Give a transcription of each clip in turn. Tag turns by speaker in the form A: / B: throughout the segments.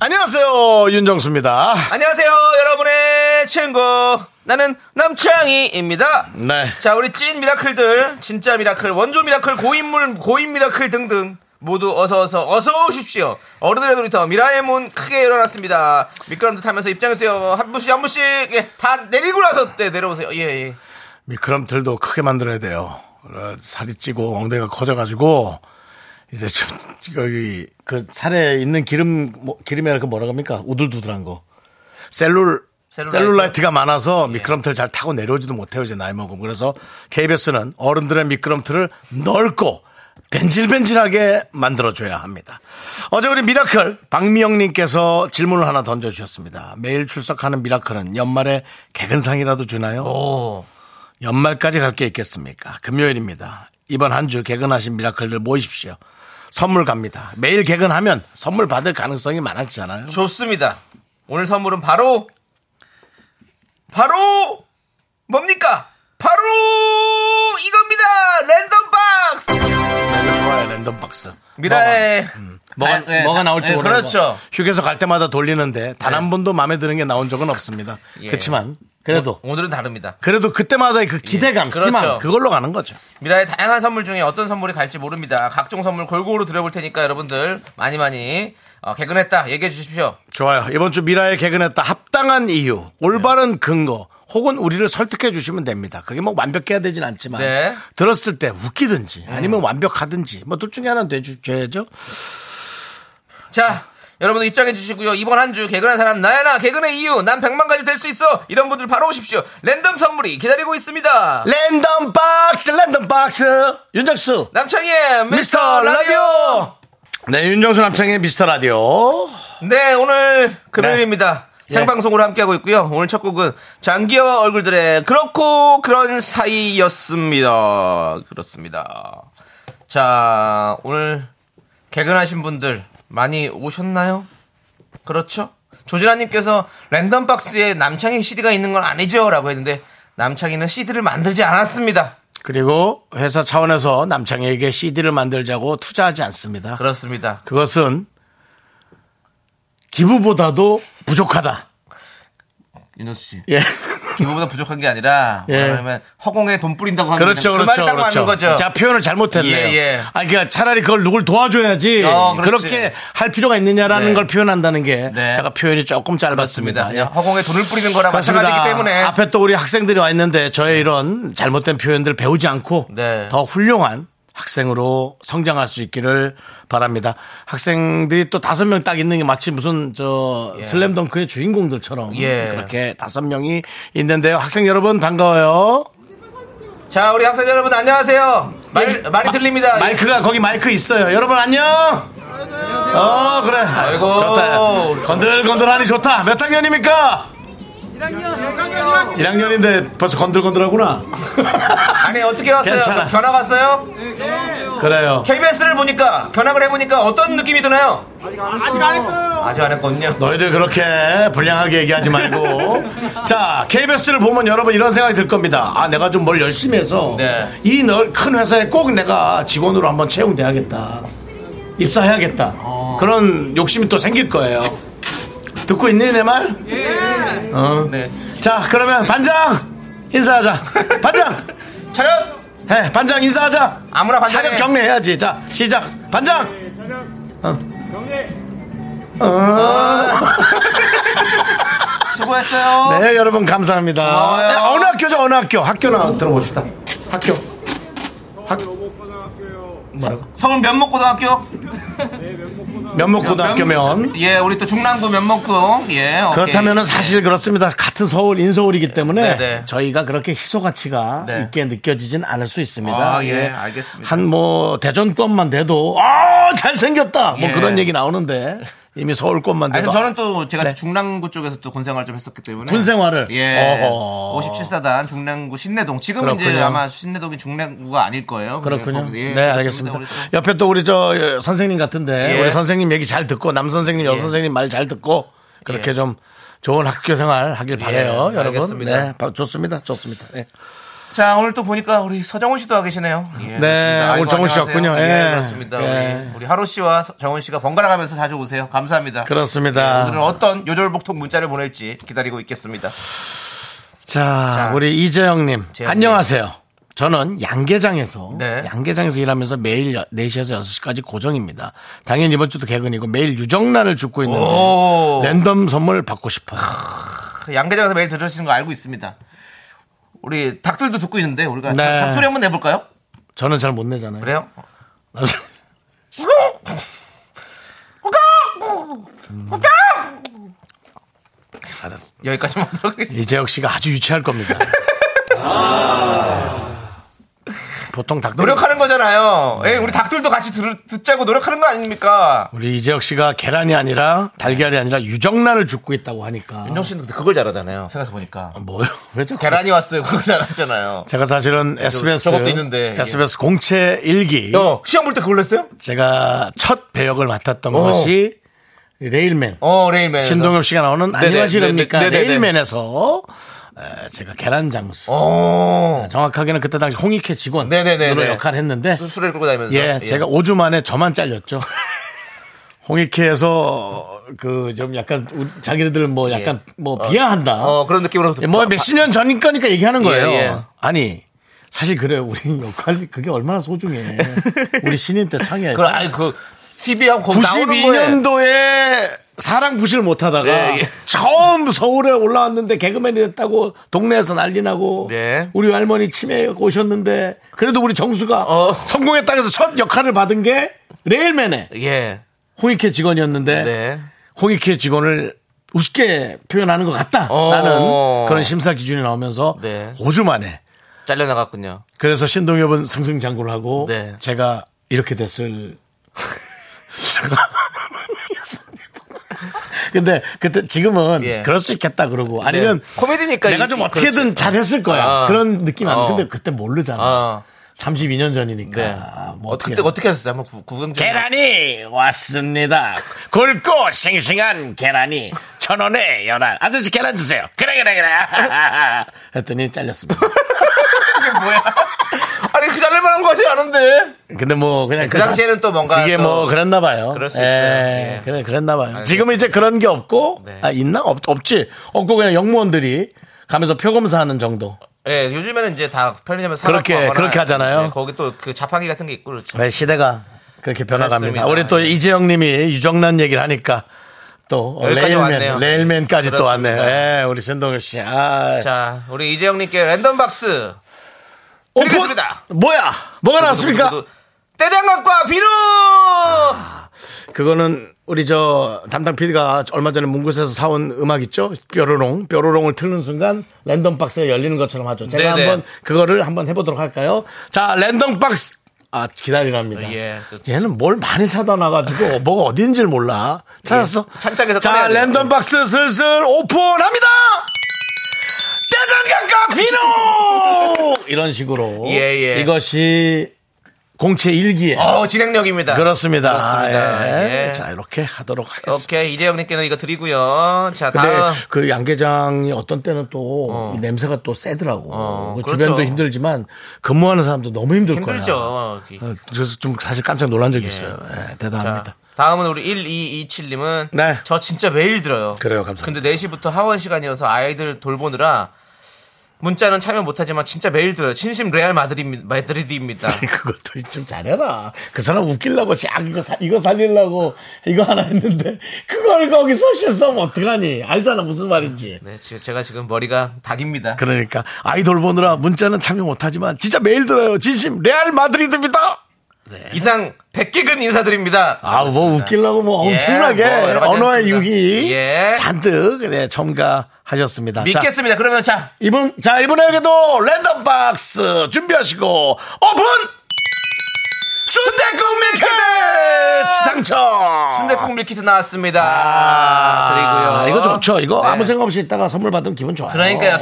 A: 안녕하세요 윤정수입니다.
B: 안녕하세요, 여러분의 친구. 나는 남창희입니다.
A: 네.
B: 자, 우리 찐 미라클들, 진짜 미라클, 원조 미라클, 고인물, 고인 미라클 등등. 모두 어서 어서 어서 오십시오. 어른들의 놀이터 미라의 문 크게 열어놨습니다. 미끄럼도 타면서 입장해주세요. 한 분씩 한 분씩 예, 다 내리고 나서 네, 내려오세요. 예, 예.
A: 미끄럼틀도 크게 만들어야 돼요. 어, 살이 찌고 엉덩이가 커져가지고 이제 좀 여기 그 살에 있는 기름 뭐, 기름이라 그 뭐라 합니까 우둘두둘한 거 셀룰
B: 셀룰라이트. 예.
A: 셀룰라이트. 가 많아서 미끄럼틀 잘 타고 내려오지도 못해요 이제 나이 먹으면 그래서 KBS는 어른들의 미끄럼틀을 넓고 벤질벤질하게 만들어줘야 합니다. 어제 우리 미라클 박미영님께서 질문을 하나 던져주셨습니다. 매일 출석하는 미라클은 연말에 개근상이라도 주나요?
B: 어,
A: 연말까지 갈 게 있겠습니까? 금요일입니다. 이번 한 주 개근하신 미라클들 모이십시오. 선물 갑니다. 매일 개근하면 선물 받을 가능성이 많아지잖아요.
B: 좋습니다. 오늘 선물은 바로 바로 뭡니까? 바로 이겁니다. 랜덤 박스.
A: 내가 좋아요, 랜덤박스.
B: 미라의
A: 뭐가,
B: 아, 예,
A: 뭐가 음. 나올지
B: 예,
A: 모르는
B: 그렇죠.
A: 거. 휴게소 갈 때마다 돌리는데 단 한 번도 마음에 드는 게 나온 적은 없습니다.
B: 예.
A: 그렇지만 그래도
B: 뭐, 오늘은 다릅니다.
A: 그래도 그때마다의 그 기대감,
B: 그렇죠.
A: 희망 그걸로 가는 거죠.
B: 미라의 다양한 선물 중에 어떤 선물이 갈지 모릅니다. 각종 선물 골고루 드려볼 테니까 여러분들 많이 많이 어, 개근했다 얘기해 주십시오.
A: 좋아요. 이번 주 미라에 개근했다. 합당한 이유, 올바른 근거, 혹은 우리를 설득해 주시면 됩니다. 그게 뭐 완벽해야 되진 않지만
B: 네. 음.
A: 들었을 때 웃기든지 아니면 완벽하든지 뭐 둘 중에 하나 는 돼줘야죠.
B: 자, 여러분들 입장해 주시고요. 이번 한 주 개근한 사람 나야나 개근의 이유 난 100만 가지 될 수 있어 이런 분들 바로 오십시오. 랜덤 선물이 기다리고 있습니다.
A: 랜덤 박스, 랜덤 박스, 윤정수,
B: 남창희의 미스터 라디오.
A: 네, 윤정수 남창의 미스터 라디오.
B: 네, 오늘 금요일입니다.
A: 네. 예.
B: 생방송으로 함께하고 있고요. 오늘 첫 곡은 장기여와 얼굴들의 그렇고 그런 사이였습니다. 그렇습니다. 자, 오늘 개근하신 분들 많이 오셨나요? 그렇죠? 조진아님께서 랜덤박스에 남창희 CD가 있는 건 아니죠? 라고 했는데 남창희는 CD를 만들지 않았습니다.
A: 그리고 회사 차원에서 남창에게 CD를 만들자고 투자하지 않습니다.
B: 그렇습니다.
A: 그것은 기부보다도 부족하다.
B: 윤호수 씨.
A: 예.
B: 기부보다 부족한 게 아니라
A: 예.
B: 왜냐면 허공에 돈 뿌린다고 하는
A: 그렇죠,
B: 거잖아요.
A: 그렇죠,
B: 그 말이 딱
A: 그렇죠.
B: 맞는 거죠.
A: 자 표현을 잘못했네요.
B: 예, 예.
A: 아, 그러니까 차라리 그걸 누굴 도와줘야지
B: 어, 그렇지.
A: 그렇게 할 필요가 있느냐라는
B: 네.
A: 걸 표현한다는 게
B: 네.
A: 제가 표현이 조금 짧았습니다.
B: 맞습니다.
A: 예.
B: 그냥 네, 허공에 돈을 뿌리는 거랑
A: 그렇습니다.
B: 마찬가지이기 때문에
A: 앞에 또 우리 학생들이 와 있는데 저의 이런 잘못된 표현들을 배우지 않고
B: 네.
A: 더 훌륭한 학생으로 성장할 수 있기를 바랍니다. 학생들이 또 다섯 명 딱 있는 게 마치 무슨 저 슬램덩크의 주인공들처럼
B: 예.
A: 그렇게 다섯 명이 있는데요. 학생 여러분 반가워요.
B: 자 우리 학생 여러분 안녕하세요. 말,
A: 예,
B: 많이
A: 마-
B: 들립니다.
A: 마이크가 거기 마이크 있어요. 여러분 안녕. 어 그래.
B: 아이고.
A: 좋다. 건들건들하니 좋다. 몇 학년입니까? 1학년. 1학년인데 벌써 건들건들하구나.
B: 아니 어떻게 왔어요?
A: 괜찮아.
B: 견학 왔어요?
A: 그래요.
B: KBS를 보니까 견학을 해보니까 어떤 느낌이 드나요? 아직 안 했어요. 아직 안 했군요.
A: 너희들 그렇게 불량하게 얘기하지 말고. 자, KBS를 보면 여러분 이런 생각이 들 겁니다. 아, 내가 좀 뭘 열심히 해서
B: 네.
A: 이 큰 회사에 꼭 내가 직원으로 한번 채용돼야겠다. 입사해야겠다.
B: 어.
A: 그런 욕심이 또 생길 거예요. 듣고 있니, 내 말? 예. 어.
B: 네.
A: 자, 그러면 반장! 인사하자. 반장!
B: 차렷
A: 해, 반장 인사하자.
B: 아무나 반장해.
A: 차렷 경례해야지. 자, 시작. 반장!
B: 수고했어요.
A: 네, 여러분 감사합니다.
B: 고마워요.
A: 네, 어느 학교죠? 어느 학교? 학교나 들어봅시다. 학교. 학... 뭐라고?
B: 서울 면목고등학교
A: 면목고등학교면
B: 예 우리 또 중랑구 면목동 예 오케이.
A: 그렇다면은 사실 그렇습니다. 같은 서울 인서울이기 때문에
B: 네, 네.
A: 저희가 그렇게 희소 가치가
B: 네.
A: 있게 느껴지진 않을 수 있습니다.
B: 아, 예, 알겠습니다.
A: 한 뭐 대전권만 돼도 아 잘생겼다 뭐
B: 예.
A: 그런 얘기 나오는데 이미 서울권만
B: 아니,
A: 돼도
B: 저는 또 제가
A: 네.
B: 중랑구 쪽에서 또 군생활 좀 했었기 때문에
A: 군생활을?
B: 예
A: 어허.
B: 57사단 중랑구 신내동 지금은 이제
A: 그렇군요.
B: 아마 신내동이 중랑구가 아닐 거예요
A: 그렇군요.
B: 거기서- 예,
A: 네,
B: 그렇습니다.
A: 알겠습니다.
B: 우리 또
A: 옆에 또 우리 저 예, 선생님 같은데
B: 예.
A: 우리 선생님 얘기 잘 듣고 남 선생님, 여 선생님 말 잘 듣고 그렇게
B: 예.
A: 좀 좋은 학교 생활 하길 바래요, 여러분.
B: 알겠습니다. 예.
A: 네, 바- 좋습니다, 좋습니다. 네,
B: 자 오늘 또 보니까 우리 서정훈 씨도 와 계시네요. 예, 그렇습니다. 아이고,
A: 오늘 정훈 씨
B: 안녕하세요.
A: 왔군요.
B: 예,
A: 예.
B: 그렇습니다.
A: 예.
B: 우리, 우리 하루 씨와 서- 정훈 씨가 번갈아 가면서 자주 오세요. 감사합니다.
A: 그렇습니다.
B: 예, 오늘은 어떤 요절복통 문자를 보낼지 기다리고 있겠습니다.
A: 자,
B: 자,
A: 우리 이재영님
B: 재영님.
A: 안녕하세요. 저는 양계장에서
B: 네.
A: 양계장에서 일하면서 매일 여- 4시에서 6시까지 고정입니다. 당연히 이번 주도 개근이고 매일 유정란을 죽고 있는데
B: 오.
A: 랜덤 선물 받고 싶어요.
B: 그 양계장에서 매일 들으시는 거 알고 있습니다. 우리 닭들도 듣고 있는데 우리가
A: 네.
B: 닭- 닭소리 한번 내볼까요?
A: 저는 잘 못 내잖아요.
B: 그래요?
A: 알았어.
B: 여기까지만 하도록 하겠습니다.
A: 이재혁 씨가 아주 유치할 겁니다. 아. 보통 닭들
B: 노력하는 거잖아요. 예, 우리 닭들도 같이 들, 듣자고 노력하는 거 아닙니까?
A: 우리 이재혁 씨가 계란이 아니라 달걀이 아니라 유정란을 죽고 있다고 하니까
B: 윤정 씨는 그걸 잘하잖아요. 생각해 보니까
A: 뭐요? 왜 자꾸
B: 계란이 왔어요. 그거 잘하잖아요.
A: 제가 사실은 SBS
B: 저것도 있는데, 예.
A: SBS 공채 일기
B: 어, 시험 볼 때 그걸 했어요?
A: 제가 첫 배역을 맡았던 것이 레일맨
B: 어, 레일맨.
A: 신동엽 씨가 나오는
B: 네네,
A: 안녕하십니까
B: 네네, 네네.
A: 레일맨에서 에, 제가 계란 장수
B: 어.
A: 정확하게는 그때 당시 홍익회 직원으로
B: 네네네네.
A: 역할을 했는데
B: 수술을 끌고 다니면서.
A: 예, 제가 5주 만에 저만 잘렸죠. 홍익회에서 그 좀 약간 우리 자기네들 뭐 약간 뭐 비하한다.
B: 예. 어, 그런 느낌으로.
A: 뭐 몇십 년 전이니까 얘기하는 거예요.
B: 예, 예.
A: 아니 사실 그래 우리 역할 그게 얼마나 소중해. 우리 신인 때
B: 그,
A: 창의했어.
B: 아니, 그, TV하고 거기 나오는 거에.
A: 92년도에 사랑 구실 못하다가
B: 예, 예.
A: 처음 서울에 올라왔는데 개그맨이 됐다고 동네에서 난리 나고
B: 네.
A: 우리 할머니 치매 오셨는데 그래도 우리 정수가
B: 어.
A: 성공했다 해서 첫 역할을 받은 게 레일맨의
B: 예.
A: 홍익회 직원이었는데
B: 네.
A: 홍익회 직원을 우습게 표현하는 것
B: 어.
A: 같다라는 그런 심사 기준이 나오면서
B: 네.
A: 5주 만에
B: 잘려나갔군요.
A: 그래서 신동엽은 승승장구하고 를
B: 네.
A: 제가 이렇게 됐을 제가 근데 그때 지금은
B: 예. 네.
A: 그럴 수 있겠다 그러고 아니면
B: 코미디니까
A: 내가
B: 이-
A: 좀
B: 이-
A: 어떻게든
B: 그렇지.
A: 잘했을 거야
B: 아.
A: 그런 느낌 안
B: 어.
A: 근데 그때 모르잖아
B: 아.
A: 32년 전이니까
B: 네.
A: 뭐
B: 어떻게, 그때 어떻게 하셨어요? 한번 구- 구경 좀.
A: 계란이 왔습니다. 굵고 싱싱한 계란이 천 원에 열한. 아저씨 계란 주세요. 그래 그래 그래. 했더니 잘렸습니다.
B: 뭐야? 아니, 그 잘릴만 한거 같지 않은데.
A: 근데 뭐 그냥
B: 그 당시에는 또 뭔가.
A: 이게
B: 또
A: 뭐 그랬나 봐요.
B: 그럴 수
A: 예,
B: 있어요. 예.
A: 그래 그랬나 봐요. 지금은 이제 그런 게 없고
B: 네.
A: 아, 있나 없, 없지. 없고 그냥 영무원들이 가면서 표검사 하는 정도.
B: 예, 요즘에는 이제 다 편의점에 사
A: 그렇게- 그렇게 하잖아요.
B: 거기 또 그 자판기 같은 게 있고 그렇죠.
A: 네, 시대가 그렇게 변화갑니다.
B: 그렇습니다.
A: 우리 또
B: 예.
A: 이재영님이 유정란 얘기를 하니까 또 어,
B: 여기까지
A: 레일맨
B: 왔네요.
A: 레일맨까지 또
B: 그렇습니다.
A: 왔네요. 예, 우리 신동엽 씨. 아,
B: 자, 우리 이재영님께 랜덤 박스
A: 오픈!
B: 드리겠습니다.
A: 뭐, 뭐야? 뭐가 나왔습니까?
B: 떼장갑과 비누.
A: 아. 그거는 우리 저 담당 PD가 얼마 전에 문구에서 사온 음악 있죠? 뾰로롱. 뾰로롱을 틀는 순간 랜덤 박스가 열리는 것처럼 하죠. 제가
B: 네네.
A: 한번 그거를 한번 해보도록 할까요? 자, 랜덤 박스. 아, 기다리랍니다.
B: 예, 저-
A: 얘는 뭘 많이 사다 놔가지고 뭐가 어딘지 를 몰라. 찾았어?
B: 예, 찬장에서
A: 자,
B: 꺼내야 돼요. 예.
A: 랜덤 박스 슬슬 오픈합니다! 대장갑과 비누! 이런 식으로.
B: 예, 예.
A: 이것이 공채 일기에.
B: 어, 진행력입니다.
A: 그렇습니다.
B: 그렇습니다.
A: 예.
B: 예.
A: 자, 이렇게 하도록 하겠습니다.
B: 오케이, 이재영님께는 이거 드리고요. 자,
A: 근데
B: 다음.
A: 그 양계장이 어떤 때는 또 이 냄새가 또 세더라고.
B: 어,
A: 그
B: 그렇죠.
A: 주변도 힘들지만 근무하는 사람도 너무 힘들 거야.
B: 힘들죠.
A: 어, 그래서 좀 사실 깜짝 놀란 적이 있어요. 예,
B: 자,
A: 대단합니다.
B: 다음은 우리 1227님은
A: 네.
B: 저 진짜 매일 들어요.
A: 그래요, 감사합니다.
B: 근데 4시부터 하원 시간이어서 아이들 돌보느라 문자는 참여 못하지만 진짜 매일 들어요. 진심 레알 마드리드, 마드리드입니다.
A: 그것도 좀 잘해라. 그 사람 웃기려고 샥 이거 사, 이거 살리려고 이거 하나 했는데 그걸 거기서 실수하면 어떡하니? 알잖아 무슨 말인지.
B: 네, 지- 제가 지금 머리가 닭입니다.
A: 그러니까 아이돌 보느라 문자는 참여 못하지만 진짜 매일 들어요. 진심 레알 마드리드입니다.
B: 이상 100기근 인사드립니다.
A: 아 뭐 웃기려고 뭐
B: 예,
A: 엄청나게
B: 뭐 여러 가지
A: 언어의
B: 했습니다.
A: 유기
B: 예.
A: 잔뜩 네, 첨가하셨습니다. 자,
B: 믿겠습니다. 그러면 자,
A: 이분 자 이분에게도 랜덤 박스 준비하시고 오픈
B: 순대국 밀키트!
A: 네, 당첨!
B: 순대국 밀키트 나왔습니다.
A: 아,
B: 그리고요.
A: 이거 좋죠. 이거
B: 네.
A: 아무 생각 없이 있다가 선물 받으면 기분 좋아요. 네,
B: 그러니까요,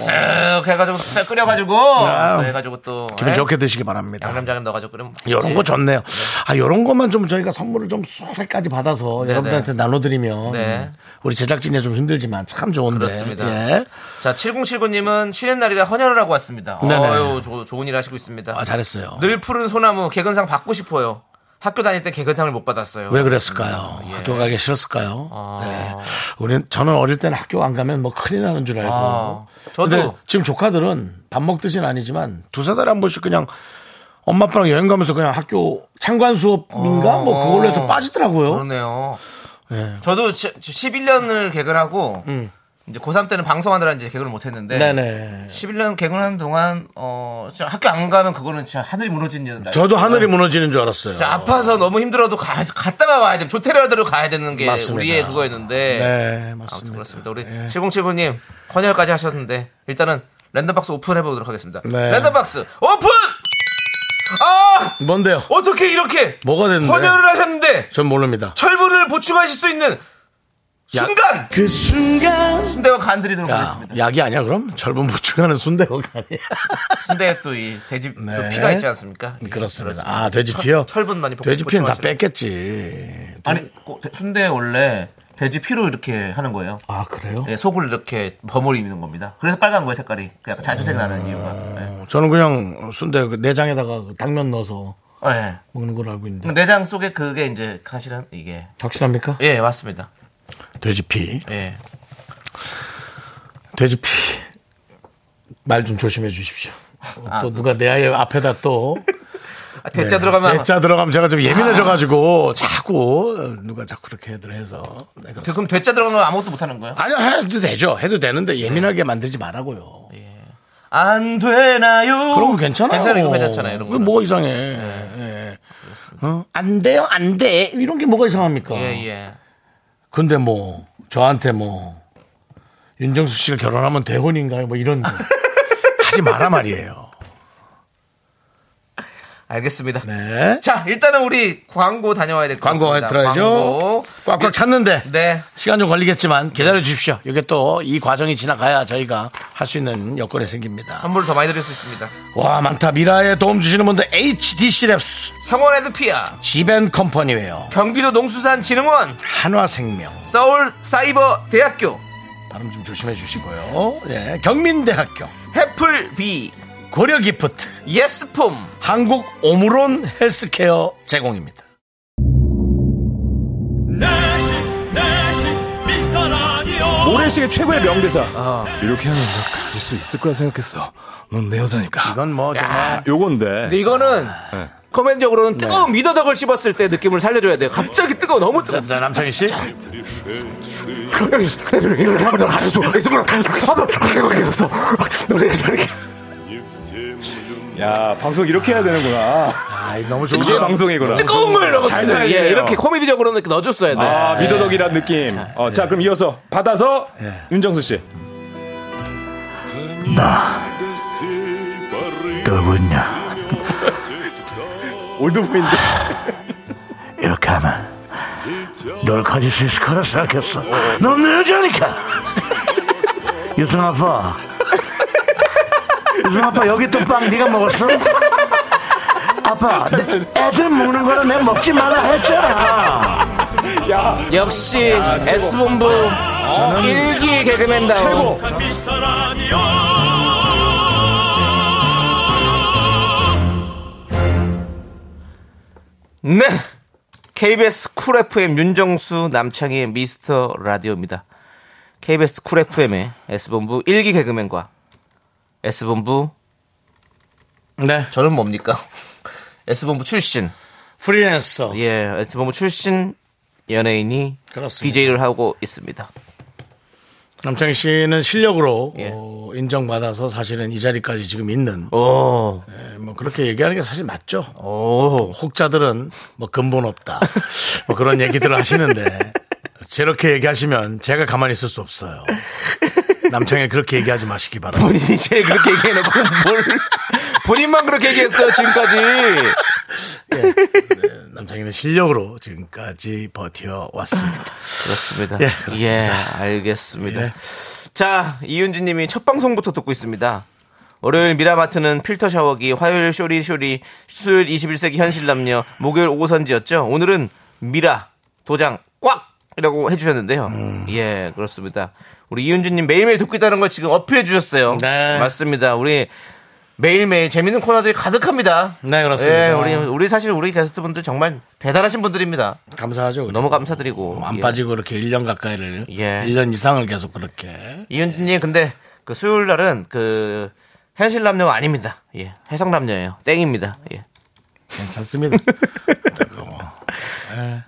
B: 쓱 해가지고 쓱 끓여가지고
A: 야.
B: 또 해가지고 또
A: 아. 기분
B: 예?
A: 좋게 예. 드시기 바랍니다.
B: 양념장에 넣어가지고 끓으면
A: 이런 거 좋네요. 아, 이런 것만 좀 저희가 선물을 좀 수백까지 받아서 여러분들한테 나눠드리면
B: 네.
A: 우리 제작진이 좀 힘들지만 참 좋은데.
B: 그렇습니다.
A: 예.
B: 자, 7079님은 쉬는 날이라 헌혈을 하고 왔습니다.
A: 네네.
B: 어유 좋은 일 하시고 있습니다.
A: 아, 잘했어요.
B: 늘 푸른 소나무 개근상 받고 싶어요. 학교 다닐 때 개근상을 못 받았어요.
A: 왜 그랬을까요?
B: 아, 예. 아.
A: 학교 가기 싫었을까요? 네. 우린 저는 어릴 때는 학교 안 가면 뭐 큰일 나는 줄 알고.
B: 아, 저도.
A: 근데 지금 조카들은 밥 먹듯이는 아니지만 두세 달에 한 번씩 그냥 엄마 아빠랑 여행 가면서 그냥 학교 참관 수업인가 뭐 그걸로
B: 어.
A: 해서 빠지더라고요.
B: 그러네요.
A: 예. 음.
B: 저도 11년을 개근하고 이제 고3 때는 방송하느라 이제 개근을 못 했는데
A: 네네.
B: 11년 개근하는 동안 어 진짜 학교 안 가면 그거는 진짜 하늘이 무너지는 일
A: 저도 하늘이 무너지는 줄 알았어요.
B: 진짜 아파서 너무 힘들어도 가, 갔다가 와야 돼. 조테라드로 가야 되는 게
A: 맞습니다.
B: 우리의 그거였는데.
A: 네,
B: 아무튼
A: 맞습니다. 예.
B: 그렇습니다. 우리 7079님 헌혈까지 하셨는데 일단은 랜덤박스 오픈해 보도록 하겠습니다.
A: 네.
B: 랜덤박스 오픈! 아
A: 뭔데요?
B: 어떻게 이렇게
A: 뭐가 됐는데?
B: 헌혈을 하셨는데
A: 전 모릅니다.
B: 철분을 보충하실 수 있는 순간
A: 그 순간.
B: 순대와 간 드리도록
A: 야,
B: 하겠습니다.
A: 약이 아니야 그럼? 젊은 보충하는 순대어가 아니야.
B: 순대에 또 이 돼지 또
A: 네.
B: 피가 있지 않습니까? 예,
A: 그렇습니다. 아 돼지 피요?
B: 철분 많이
A: 돼지 피는 다
B: 보충하시라고.
A: 뺐겠지.
B: 아니 고- 순대에 원래 돼지 피로 이렇게 하는 거예요.
A: 아 그래요?
B: 예, 속을 이렇게 버무리는 겁니다. 그래서 빨간 거예요 색깔이. 그 약간 자주색 나는 이유가. 예.
A: 저는 그냥 순대 그 내장에다가 그 당면 넣어서
B: 어, 예.
A: 먹는 걸 알고 있는데
B: 그 내장 속에 그게 이제 사실은 이게
A: 확실합니까?
B: 예 맞습니다.
A: 돼지 피,
B: 예.
A: 돼지 피. 말 좀 조심해 주십시오. 또 누가 내 아이 앞에다 또
B: 아, 대자
A: 네,
B: 들어가면 아.
A: 대자 들어가면 제가 좀 예민해져가지고 자꾸 누가 자꾸 그렇게 애들 해서 네, 그렇습니다.
B: 그럼 대자 들어가면 아무것도 못 하는 거예요?
A: 아니요 해도 되죠 해도 되는데
B: 네.
A: 예민하게 만들지 말라고요
B: 예. 안 되나요?
A: 그런 거 괜찮아요
B: 괜찮아요. 이거 괜찮아요. 이런 네. 거.
A: 왜 뭐가 이상해 예. 어? 안 돼요 안 돼 이런 게 뭐가 이상합니까
B: 예, 예.
A: 근데 뭐 저한테 뭐 윤정수 씨가 결혼하면 대혼인가요? 뭐 이런 거 하지 마라 말이에요.
B: 알겠습니다.
A: 네.
B: 자, 일단은 우리 광고 다녀와야 될 것 같습니다.
A: 광고 들어야죠.
B: 광고.
A: 꽉꽉 찼는데
B: 네.
A: 시간 좀 걸리겠지만 기다려 주십시오. 이게 또 이 과정이 지나가야 저희가 할 수 있는 여건이 생깁니다.
B: 선물을 더 많이 드릴 수 있습니다.
A: 와 많다. 미라에 도움 주시는 분들 HDC 랩스,
B: 성원 에드피아,
A: 지벤 컴퍼니웨어,
B: 경기도 농수산진흥원,
A: 한화생명
B: 서울 사이버 대학교,
A: 발음 좀 조심해 주시고요. 예, 경민대학교,
B: 해플비,
A: 고려기프트,
B: 예스폼,
A: 한국 오므론 헬스케어 제공입니다.
C: 네
D: 내식 내식 미스터 라디오
E: 모래시계 최고의 명대사. 아. 이렇게 하면 너 가질 수 있을 거라 생각했어. 넌 내 여자니까. 네.
A: 이건 뭐 정말
E: 아, 요건데.
B: 근데 이거는 코멘적으로는 뜨거운 미더덕을 씹었을 때 느낌을 살려줘야 돼요. 갑자기 뜨거워, 너무 뜨거워.
A: 자, 남창희 씨.
E: 이걸 하면 너 가질 수 있을 거라 생각했어. 너내 여자니까. 야, 방송 이렇게 해야 되는구나.
A: 아, 너무 좋은
E: 이게 방송이구나.
B: 뜨거운 걸
E: 잘
B: 넣었어요.
E: 살리네요.
B: 예, 이렇게 코미디적으로는 이렇게 넣어줬어야 돼.
E: 아, 미더덕이란 느낌. 어, 자, 그럼 이어서 받아서 윤정수 씨.
A: 누구냐?
E: 올드보인데.
A: 이렇게 하면 널 가질 수 있을 거라 생각했어. 넌 내 여자니까. 유승 아빠. 유승 아빠 여기 또 빵 네가 먹었어? 아빠, 내 애들 먹는 거라 내가 먹지 말라 했잖아.
B: 역시 S본부 일기 개그맨다운.
E: 최고.
D: 미스터 라디오
B: 네. KBS 쿨 FM 윤정수 남창희의 미스터 라디오입니다. KBS 쿨 FM의 S본부 일기 개그맨과 S본부
A: 네.
B: 저는 뭡니까? S본부 출신.
A: 프리랜서.
B: 예, S본부 출신 연예인이
A: 그렇습니다.
B: DJ를 하고 있습니다.
A: 남창희 씨는 실력으로
B: 예.
A: 어, 인정받아서 사실은 이 자리까지 지금 있는
B: 오.
A: 예, 뭐 그렇게 얘기하는 게 사실 맞죠.
B: 오.
A: 혹자들은 뭐 근본 없다. 뭐 그런 얘기들을 하시는데 저렇게 얘기하시면 제가 가만히 있을 수 없어요. 남창이 그렇게 얘기하지 마시기 바랍니다.
B: 본인이 제일 그렇게 얘기해놓고 뭘 본인만 그렇게 얘기했어요 지금까지
A: 남창희는 실력으로 지금까지 버텨왔습니다.
B: 그렇습니다.
A: 예, 그렇습니다.
B: 예, 알겠습니다.
A: 예.
B: 자, 이윤주 님이 첫 방송부터 듣고 있습니다. 월요일 미라마트는 필터 샤워기, 화요일 쇼리쇼리, 수요일 21세기 현실남녀, 목요일 오선지였죠. 오늘은 미라, 도장, 꽉! 이라고 해주셨는데요.
A: 음.
B: 예, 그렇습니다. 우리 이윤주 님 매일매일 듣고 있다는 걸 지금 어필해 주셨어요.
A: 네.
B: 맞습니다. 우리 매일매일 재밌는 코너들이 가득합니다.
A: 네, 그렇습니다.
B: 예, 우리, 우리 사실 우리 게스트분들 정말 대단하신 분들입니다.
A: 감사하죠. 어,
B: 너무 감사드리고.
A: 안
B: 예.
A: 빠지고 이렇게 1년 가까이를
B: 예.
A: 1년 이상을 계속 그렇게
B: 이윤진님 근데 그 수요일 날은 그 현실 남녀가 아닙니다. 예, 해성 남녀예요. 땡입니다. 예.
A: 괜찮습니다.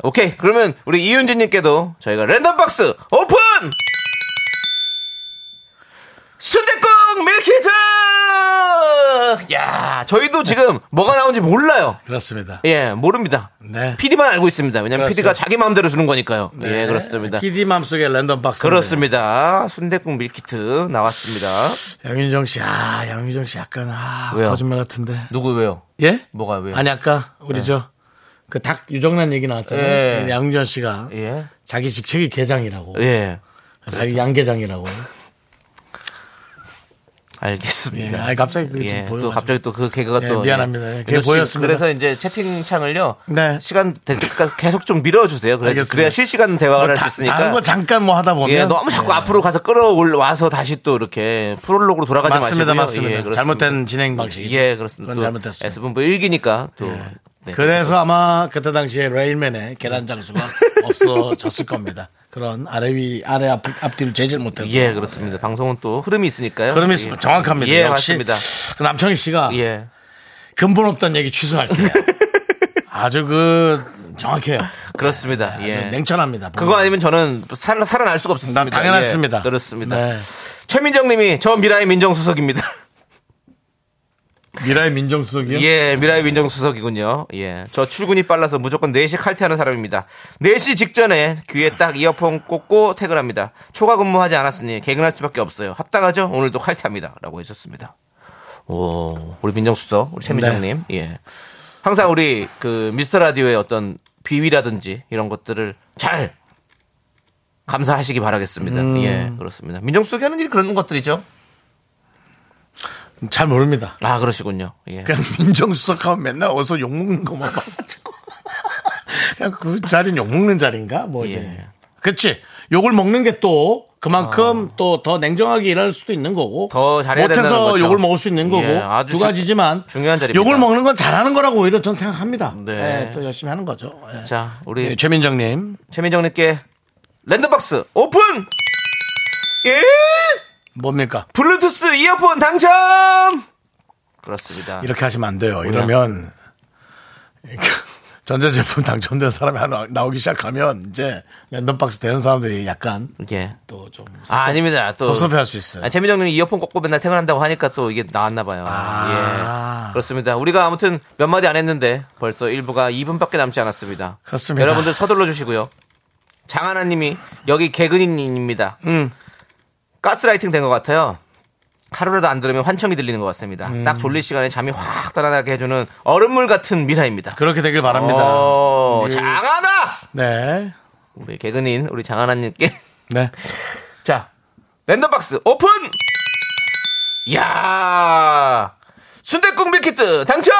B: 오케이. 그러면 우리 이윤진님께도 저희가 랜덤 박스 오픈. 순대국 밀키트. 야, 저희도 지금 뭐가 나온지 몰라요.
A: 그렇습니다.
B: 예, 모릅니다.
A: 네.
B: PD만 알고 있습니다. 왜냐면
A: 그렇죠.
B: PD가 자기 마음대로 주는 거니까요. 예, 그렇습니다.
A: PD 맘속에 랜덤 박스.
B: 그렇습니다. 순대국 밀키트 나왔습니다.
A: 양윤정 씨, 아, 양윤정 씨 약간, 아,
B: 왜요?
A: 거짓말 같은데.
B: 누구 왜요?
A: 예?
B: 뭐가 왜요?
A: 아니, 아까, 우리 저, 그 닭 유정란 얘기 나왔잖아요. 그
B: 예.
A: 양윤정 씨가
B: 예.
A: 자기 직책이 게장이라고.
B: 예.
A: 자기 양게장이라고.
B: 알겠습니다.
A: 예, 아니, 갑자기 그게 좀 보여가지고.
B: 또 갑자기 또 그 개그가
A: 예,
B: 또
A: 미안합니다. 예, 그게
B: 윤호 씨,
A: 보였습니다.
B: 그래서 이제 채팅창을요.
A: 네.
B: 시간 될 때까지 계속 좀 밀어주세요. 그래야,
A: 알겠습니다.
B: 그래야 실시간 대화를
A: 뭐
B: 할
A: 다-
B: 수 있으니까.
A: 다른 거 잠깐 뭐 하다 보면.
B: 예, 너무 자꾸 앞으로 가서 끌어올라와서 다시 또 이렇게 프롤로그로 돌아가지
A: 맞습니다,
B: 마시고요. 예,
A: 맞습니다.
B: 그렇습니다.
A: 잘못된 진행 방식이죠.
B: 예, 그렇습니다.
A: 그건 잘못됐습니다. 예.
B: S분부 일기니까 또. 네.
A: 그래서 아마 그때 당시에 레일맨의 계란 장수가 없어졌을 겁니다. 그런 아래 위, 아래 앞, 앞뒤를 재질 못해서.
B: 예, 그렇습니다. 방송은 또 흐름이 있으니까요.
A: 그럼
B: 예.
A: 있으면 정확합니다.
B: 예,
A: 역시
B: 맞습니다.
A: 그 남청희 씨가
B: 예.
A: 근본 없다는 얘기 취소할게요. 아주 그 정확해요.
B: 그렇습니다.
A: 아주
B: 예.
A: 냉철합니다.
B: 그거 아니면 저는 살, 살아날 수가 없었습니다.
A: 난 당연했습니다.
B: 예, 그렇습니다.
A: 네.
B: 최민정 님이 저 미라의 민정수석입니다.
A: 미라의 민정수석이요?
B: 예, 미라의 민정수석이군요. 예. 저 출근이 빨라서 무조건 4시 칼퇴하는 사람입니다. 4시 직전에 귀에 딱 이어폰 꽂고 퇴근합니다. 초과 근무하지 않았으니 개근할 수밖에 없어요. 합당하죠? 오늘도 칼퇴합니다. 라고 해주셨습니다. 오, 우리 민정수석, 우리 최민정님. 예. 항상 우리 그 미스터 라디오의 어떤 비위라든지 이런 것들을 잘 감사하시기 바라겠습니다. 예, 그렇습니다. 민정수석이 하는 일이 그런 것들이죠.
A: 잘 모릅니다.
B: 아, 그러시군요. 예.
A: 그냥 민정수석 하면 맨날 어서 욕먹는 것만 봐가지고. 그냥 그 자리는 욕먹는 자리인가? 뭐 이제.
B: 예.
A: 그치. 욕을 먹는 게 또 그만큼 또 더 냉정하게 일할 수도 있는 거고.
B: 어. 더 잘해야 된다는
A: 못해서
B: 거죠.
A: 욕을 먹을 수 있는 거고.
B: 예, 아주
A: 두 가지지만.
B: 중요한 자리입니다.
A: 욕을 먹는 건 잘하는 거라고 오히려 전 생각합니다.
B: 네.
A: 예, 또 열심히 하는 거죠. 예.
B: 자, 우리
A: 예, 최민정님.
B: 최민정님께 랜덤박스 오픈! 예!
A: 뭡니까?
B: 블루투스 이어폰 당첨! 그렇습니다.
A: 이렇게 하시면 안 돼요. 이러면 전자제품 당첨된 사람이 하나 나오기 시작하면 이제 랜덤박스 되는 사람들이 약간
B: 예.
A: 또 좀
B: 아, 아닙니다. 또.
A: 섭섭해할 수 있어요.
B: 아니, 최민정님이 이어폰 꽂고 맨날 퇴근한다고 하니까 또 이게 나왔나 봐요.
A: 아.
B: 예. 그렇습니다. 우리가 아무튼 몇 마디 안 했는데 벌써 1부가 2분밖에 남지 않았습니다.
A: 그렇습니다.
B: 여러분들 서둘러 주시고요. 장하나 님이 여기 개근인입니다.
A: 음.
B: 가스라이팅 된 것 같아요. 하루라도 안 들으면 환청이 들리는 것 같습니다.
A: 음.
B: 딱 졸릴 시간에 잠이 확 달아나게 해주는 얼음물 같은 미라입니다.
A: 그렇게 되길 바랍니다. 음.
B: 어, 장하나!
A: 네.
B: 우리 개근인, 우리 장하나님께
A: 네.
B: 자, 랜덤박스 오픈! 이야! 순대국 밀키트 당첨!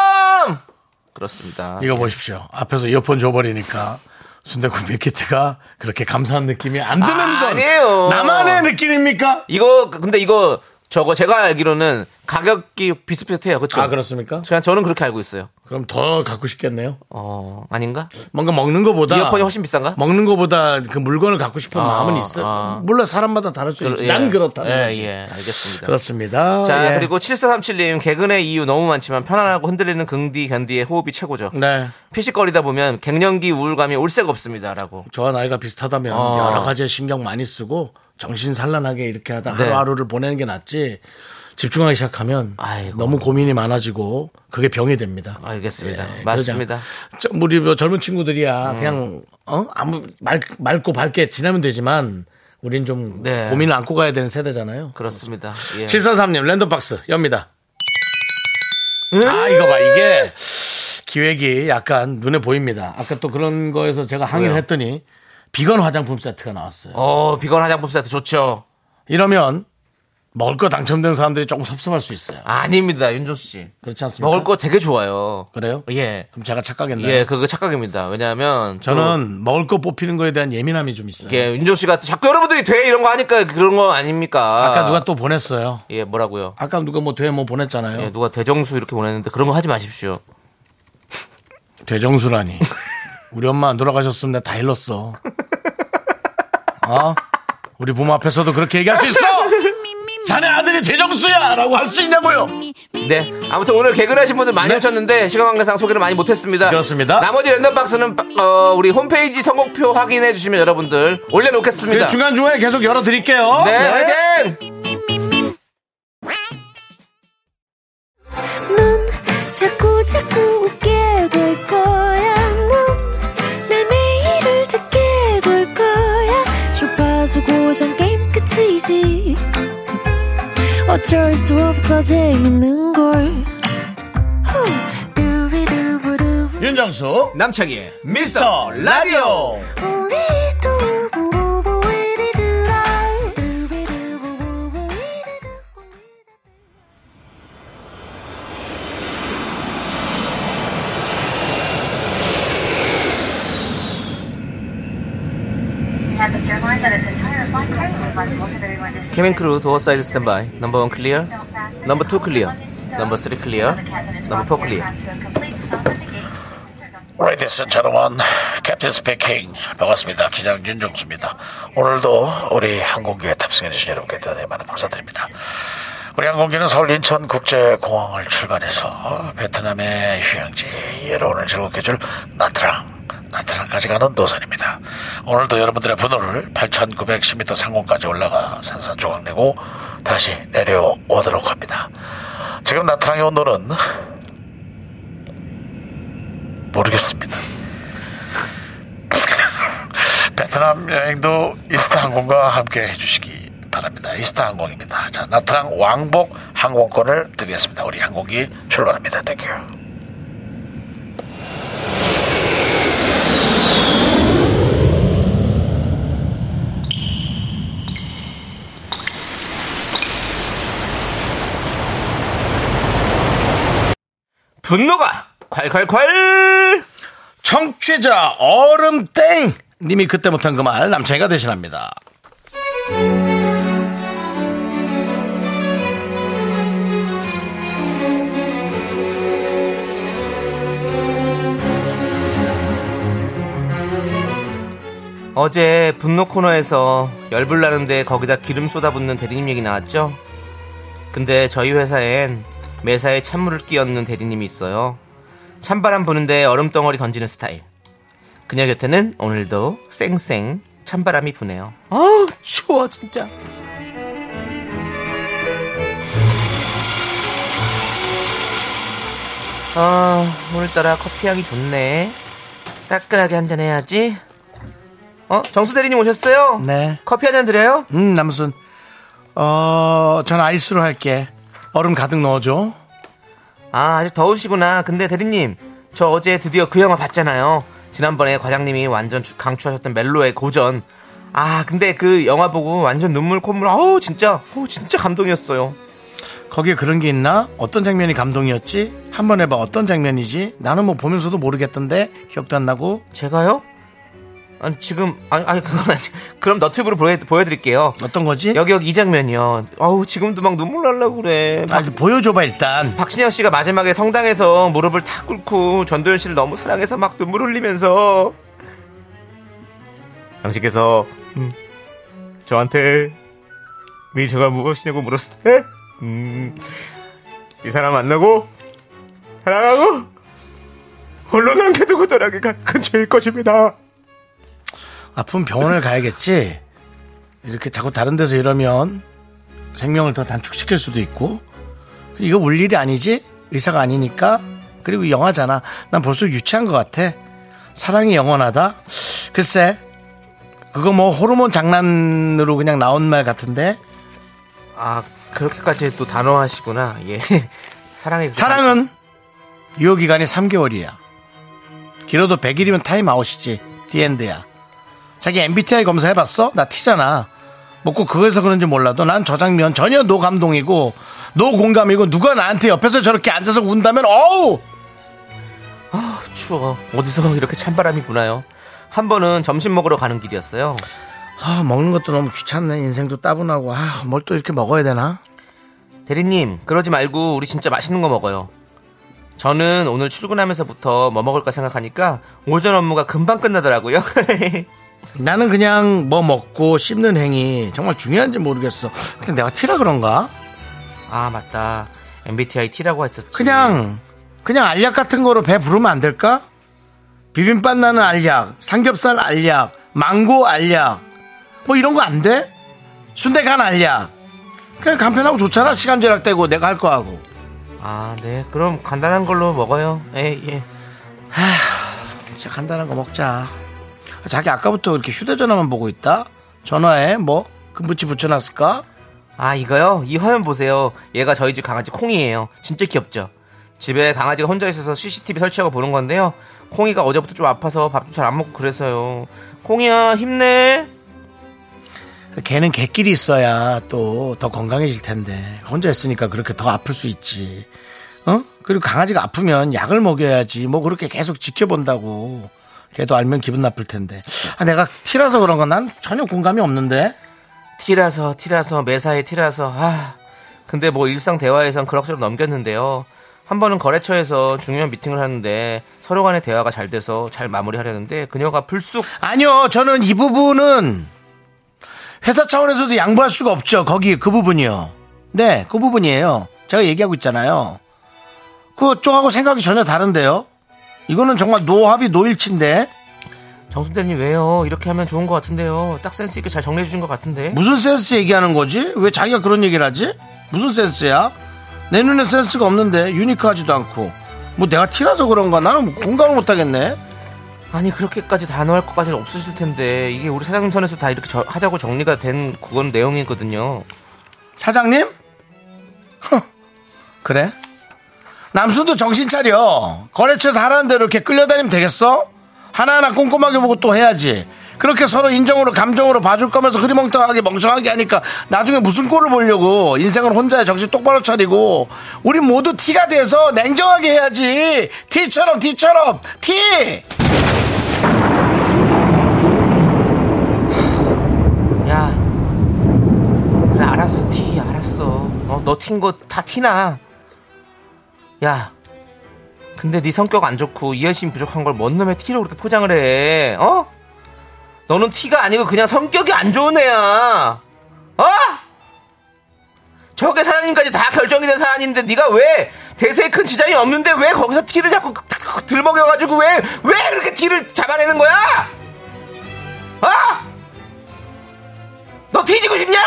B: 그렇습니다.
A: 이거 보십시오. 앞에서 이어폰 줘버리니까 순대국 밀키트가 그렇게 감사한 느낌이 안 드는
B: 아,
A: 건
B: 아니에요.
A: 나만의 느낌입니까?
B: 이거, 근데 이거, 저거 제가 알기로는 가격이 비슷비슷해요. 그쵸?
A: 아 그렇습니까?
B: 제가 저는 그렇게 알고 있어요.
A: 그럼 더 갖고 싶겠네요.
B: 어, 아닌가?
A: 뭔가 먹는 거보다
B: 이어폰이 훨씬 비싼가?
A: 먹는 거보다 그 물건을 갖고 싶은 마음은 있어.
B: 아.
A: 물론 사람마다 다를 수 있지.
B: 예.
A: 뭐, 난 그렇다는
B: 예,
A: 거지.
B: 예, 알겠습니다.
A: 그렇습니다.
B: 자,
A: 예.
B: 그리고 7437님, 개근의 이유 너무 많지만 편안하고 흔들리는 긍디, 견디의 호흡이 최고죠.
A: 네.
B: 피식거리다 보면 갱년기 우울감이 올 새가 없습니다. 라고.
A: 저와 나이가 비슷하다면
B: 어.
A: 여러 가지에 신경 많이 쓰고 정신 산란하게 이렇게 하다
B: 네.
A: 하루하루를 보내는 게 낫지 집중하기 시작하면
B: 아이고.
A: 너무 고민이 많아지고 그게 병이 됩니다.
B: 알겠습니다.
A: 예,
B: 네. 맞습니다. 음.
A: 그러자. 저, 우리 뭐 젊은 친구들이야 그냥 어 아무 말, 맑고 밝게 지내면 되지만 우린 좀
B: 네.
A: 고민을 안고 가야 되는 세대잖아요.
B: 그렇습니다. 예.
A: 음. 743님 랜덤박스 엽니다. 아 이거 봐 이게 기획이 약간 눈에 보입니다. 아까 또 그런 거에서 제가 항의를
B: 왜요?
A: 했더니 비건 화장품 세트가 나왔어요.
B: 어, 비건 화장품 세트 좋죠.
A: 이러면 먹을 거 당첨된 사람들이 조금 섭섭할 수 있어요.
B: 아닙니다, 윤정수 씨.
A: 그렇지 않습니까?
B: 먹을 거 되게 좋아요.
A: 그래요?
B: 예.
A: 그럼 제가 착각했나요?
B: 예, 그거 착각입니다. 왜냐하면
A: 저는 먹을 거 뽑히는 거에 대한 예민함이 좀 있어요.
B: 예, 윤정 씨가 자꾸 여러분들이 돼 이런 거 하니까 그런 거 아닙니까?
A: 아까 누가 또 보냈어요.
B: 예, 뭐라고요?
A: 아까 누가 뭐 되에 뭐 보냈잖아요.
B: 예, 누가 대정수 이렇게 보냈는데 그런 거 하지 마십시오.
A: 대정수라니. 우리 엄마 안 돌아가셨으면 내가 다 일렀어. 어? 우리 부모 앞에서도 그렇게 얘기할 수 있어! 자네 아들이 대정수야! 라고 할 수 있냐고요!
B: 네. 아무튼 오늘 개그를 하신 분들 많이 오셨는데 시간 관계상 소개를 많이 못했습니다.
A: 네. 그렇습니다.
B: 나머지 랜덤 박스는 바- 어, 우리 홈페이지 선곡표 확인해 주시면 여러분들 올려놓겠습니다.
A: 그 중간중간에 계속 열어드릴게요.
B: 네,
A: 네.
B: 화이팅!
F: 넌 자꾸 자꾸 웃게 될 거야. 넌내 매일을 듣게 될 거야. 주파수 고정 게임 끝이지. 어쩔 수 없어 재밌는 걸. 후. 두비두부두.
A: 윤정수,
B: 남창희의
A: 미스터 라디오!
F: 우리 두부부부 우리 두라. 두비두부부부 우리 두부부.
B: 케빈 크루 도어 사이드 스탠바이 넘버 원 클리어 넘버 투 클리어 넘버 쓰리 클리어 넘버 포 클리어
A: 레디스 여러분, 캡틴 스피킹. 반갑습니다. 기장 윤정수입니다. 오늘도 우리 항공기에 탑승해주신 여러분께 대단히 많은 감사드립니다. 우리 항공기는 서울 인천 국제공항을 출발해서 베트남의 휴양지 여러분을 즐겁게 해줄 나트랑, 나트랑까지 가는 노선입니다. 오늘도 여러분들의 분호를 8,910m 상공까지 올라가 산산 조각 내고 다시 내려오도록 합니다. 지금 나트랑의 온도는 모르겠습니다. 베트남 여행도 이스타 항공과 함께 해주시기 바랍니다. 이스타 항공입니다. 자, 나트랑 왕복 항공권을 드리겠습니다. 우리 항공기 출발합니다. 땡큐.
B: 분노가 콸콸콸
A: 청취자 얼음땡 님이 그때 못한 그 말 남창이가 대신합니다.
B: 어제 분노 코너에서 열불 나는데 거기다 기름 쏟아붓는 대리님 얘기 나왔죠? 근데 저희 회사엔 매사에 찬물을 끼얹는 대리님이 있어요. 찬바람 부는데 얼음 덩어리 던지는 스타일. 그녀 곁에는 오늘도 쌩쌩 찬바람이 부네요. 아 추워 진짜. 아 오늘따라 커피향이 좋네. 따끈하게 한잔 해야지. 어 정수 대리님 오셨어요?
A: 네.
B: 커피 한 잔 드려요?
A: 음, 남순. 어, 전 아이스로 할게. 얼음 가득 넣어줘.
B: 아, 아직 더우시구나. 근데 대리님, 저 어제 드디어 그 영화 봤잖아요. 지난번에 과장님이 완전 주- 강추하셨던 멜로의 고전. 아, 근데 그 영화 보고 완전 눈물 콧물. 아우, 진짜. 어우, 진짜 감동이었어요.
A: 거기에 그런 게 있나? 어떤 장면이 감동이었지? 한번 해봐. 어떤 장면이지? 나는 뭐 보면서도 모르겠던데? 기억도 안 나고?
B: 제가요? 아니, 지금 아니, 아니 그건 아니. 그럼 너튜브로 보여 보여드릴게요.
A: 어떤 거지?
B: 여기 여기 이 장면이요. 아우, 지금도 막 눈물 날라고 그래.
A: 아, 이제 보여줘봐, 일단.
B: 박신영 씨가 마지막에 성당에서 무릎을 탁 꿇고 전도연 씨를 너무 사랑해서 막 눈물 흘리면서 당신께서 음, 저한테 네 죄가 무엇이냐고 물었을 때, 음, 이 사람 만나고 사랑하고 홀로 남겨두고 떠나기 가- 근처일 것입니다.
A: 아프면 병원을 가야겠지. 이렇게 자꾸 다른 데서 이러면 생명을 더 단축시킬 수도 있고. 이거 울 일이 아니지? 의사가 아니니까. 그리고 영화잖아. 난 벌써 유치한 것 같아. 사랑이 영원하다? 글쎄. 그거 뭐 호르몬 장난으로 그냥 나온 말 같은데.
B: 아 그렇게까지 또 단호하시구나. 예, 사랑의
A: 사랑은 유효기간이 3개월이야. 길어도 100일이면 타임아웃이지. 디엔드야. 자기 MBTI 검사해봤어? 나 T잖아. 먹고 그거에서 그런지 몰라도 난 저 장면 전혀 노 감동이고 노 공감이고 누가 나한테 옆에서 저렇게 앉아서 운다면 어우
B: 그 추워. 어디서 이렇게 찬바람이 부나요? 한 번은 점심 먹으러 가는 길이었어요.
A: 아, 먹는 것도 너무 귀찮네. 인생도 따분하고. 아, 뭘 또 이렇게 먹어야 되나?
B: 대리님, 그러지 말고 우리 진짜 맛있는 거 먹어요. 저는 오늘 출근하면서부터 뭐 먹을까 생각하니까 오전 업무가 금방 끝나더라고요.
A: 나는 그냥 뭐 먹고 씹는 행위 정말 중요한지 모르겠어. 근데 내가 티라 그런가?
B: 아, 맞다. MBTI T라고 했었지.
A: 그냥 그냥 알약 같은 거로 배 부르면 안 될까? 비빔밥 나는 알약, 삼겹살 알약, 망고 알약. 뭐 이런 거 안 돼? 순대 간 알약. 그냥 간편하고 좋잖아. 시간 절약 되고 내가 할 거 하고.
B: 아, 네. 그럼 간단한 걸로 먹어요. 예, 예.
A: 진짜 간단한 거 먹자. 자기 아까부터 이렇게 휴대전화만 보고 있다. 전화에 뭐 금붙이 붙여놨을까?
B: 아, 이거요? 이 화면 보세요. 얘가 저희 집 강아지 콩이에요. 진짜 귀엽죠? 집에 강아지가 혼자 있어서 CCTV 설치하고 보는 건데요. 콩이가 어제부터 좀 아파서 밥도 잘 안 먹고 그래서요. 콩이야, 힘내.
A: 걔는 걔끼리 있어야 또 더 건강해질 텐데 혼자 있으니까 그렇게 더 아플 수 있지. 어? 그리고 강아지가 아프면 약을 먹여야지. 뭐 그렇게 계속 지켜본다고. 걔도 알면 기분 나쁠 텐데. 아, 내가 티라서 그런 건 난 전혀 공감이 없는데.
B: 티라서 티라서 매사에 티라서 아 근데 뭐 일상 대화에선 그럭저럭 넘겼는데요 한 번은 거래처에서 중요한 미팅을 하는데 서로 간의 대화가 잘 돼서 잘 마무리하려는데 그녀가 불쑥
A: 아니요, 저는 이 부분은 회사 차원에서도 양보할 수가 없죠. 거기 그 부분이요. 네, 그 부분이에요. 제가 얘기하고 있잖아요. 그쪽하고 생각이 전혀 다른데요. 이거는 정말 노합이 노일치인데
B: 정순대님 왜요 이렇게 하면 좋은 것 같은데요 딱 센스 있게 잘 정리해 주신 것 같은데
A: 무슨 센스 얘기하는 거지? 왜 자기가 그런 얘기를 하지? 무슨 센스야? 내 눈엔 센스가 없는데 유니크하지도 않고 뭐 내가 티라서 그런가 나는 공감을 못하겠네.
B: 아니 그렇게까지 단호할 것까지는 없으실 텐데 이게 우리 사장님 선에서 다 이렇게 저- 하자고 정리가 된 그건 내용이거든요
A: 사장님? 허, 그래? 남순도 정신 차려. 거래처에서 하라는 대로 이렇게 끌려다니면 되겠어? 하나하나 꼼꼼하게 보고 또 해야지. 그렇게 서로 인정으로 감정으로 봐줄 거면서 흐리멍텅하게 멍청하게 하니까 나중에 무슨 꼴을 보려고 인생을 혼자 해 정신 똑바로 차리고 우리 모두 티가 돼서 냉정하게 해야지 티처럼 티처럼 티
B: 야 그래 알았어 티 알았어 어, 너 튄 거 다 티나 야 근데 네 성격 안 좋고 이해심 부족한 걸 뭔 놈의 티로 그렇게 포장을 해 어? 너는 티가 아니고 그냥 성격이 안 좋은 애야 어? 저게 사장님까지 다 결정이 된 사안인데 네가 왜 대세에 큰 지장이 없는데 왜 거기서 티를 자꾸 들먹여가지고 왜 왜 그렇게 티를 잡아내는 거야? 어? 너 뒤지고 싶냐?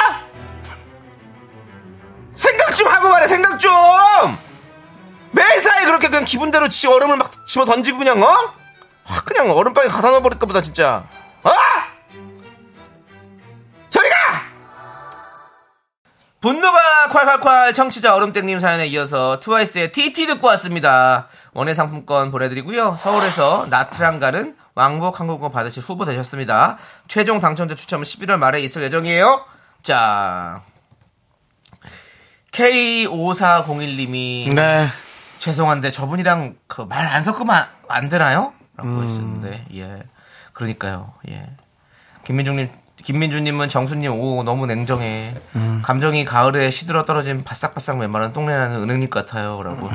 B: 생각 좀 하고 말해 생각 좀 매사에 그렇게 그냥 기분대로 지 얼음을 막 집어 던지고 그냥 어? 확 그냥 얼음방에 가다 넣어버릴까 보다 진짜 어? 저리 가! 분노가 콸콸콸 청취자 얼음땡님 사연에 이어서 트와이스의 TT 듣고 왔습니다 원예 상품권 보내드리고요 서울에서 나트랑 가는 왕복 항공권 받으실 후보 되셨습니다 최종 당첨자 추첨은 11월 말에 있을 예정이에요 자 K5401님이
A: 네.
B: 죄송한데 저분이랑 그 말 안 섞으면 안, 안 되나요? 라고 했었는데 예 그러니까요 예 김민중님 김민주님은 정수님 오 너무 냉정해 감정이 가을에 시들어 떨어진 바싹바싹 메마른 똥내나는 은행잎 같아요라고